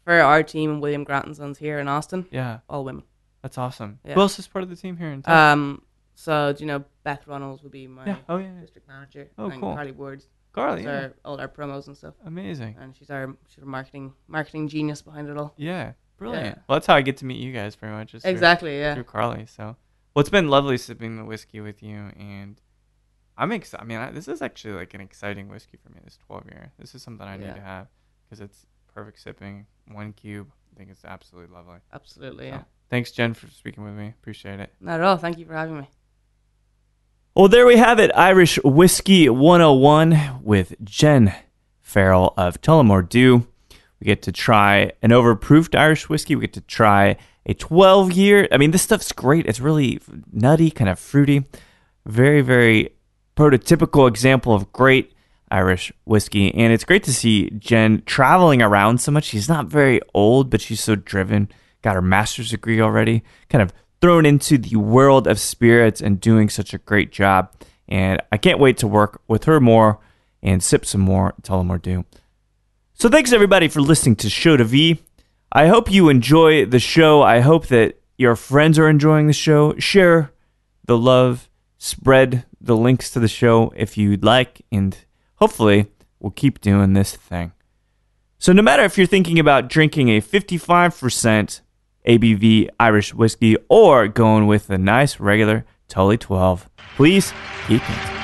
For our team and William Grant and Sons here in Austin,
yeah, yeah,
all women.
that's awesome.
Yeah.
Who else is part of the team here in town?
Um, so do you know Beth Ronalds will be my
Oh. yeah. Oh yeah, yeah.
district manager.
Oh,
and
cool.
Carly Ward's
Carly.
is
Yeah.
our, all our promos and stuff,
Amazing.
and she's our she's our marketing marketing genius behind it all.
Yeah. Brilliant.
Yeah.
Well, that's how I get to meet you guys, pretty much. is through-
Exactly. Yeah.
through Carly. So, well, it's been lovely sipping the whiskey with you, and I'm excited. I mean, I, this is actually like an exciting whiskey for me. This 12 year. This is something I need
Yeah.
to have because it's perfect sipping. One cube. I think it's absolutely lovely.
Absolutely. Yeah.
So, thanks, Jen, for speaking with me. Appreciate it.
Not at all. Thank you for having me.
Well, there we have it Irish Whiskey 101 with Jen Farrell of Tullamore Dew. We get to try an overproofed Irish whiskey. We get to try a 12 year. I mean, this stuff's great. It's really nutty, kind of fruity. Very, very prototypical example of great Irish whiskey. And it's great to see Jen traveling around so much. She's not very old, but she's so driven. Got her master's degree already. Kind of thrown into the world of spirits and doing such a great job. And I can't wait to work with her more and sip some more Tullamore Dew. So thanks everybody for listening to Show to V. I hope you enjoy the show. I hope that your friends are enjoying the show. Share the love, spread the links to the show if you'd like, and hopefully we'll keep doing this thing. So no matter if you're thinking about drinking a 55% ABV Irish whiskey or going with a nice regular Tully 12, please keep it.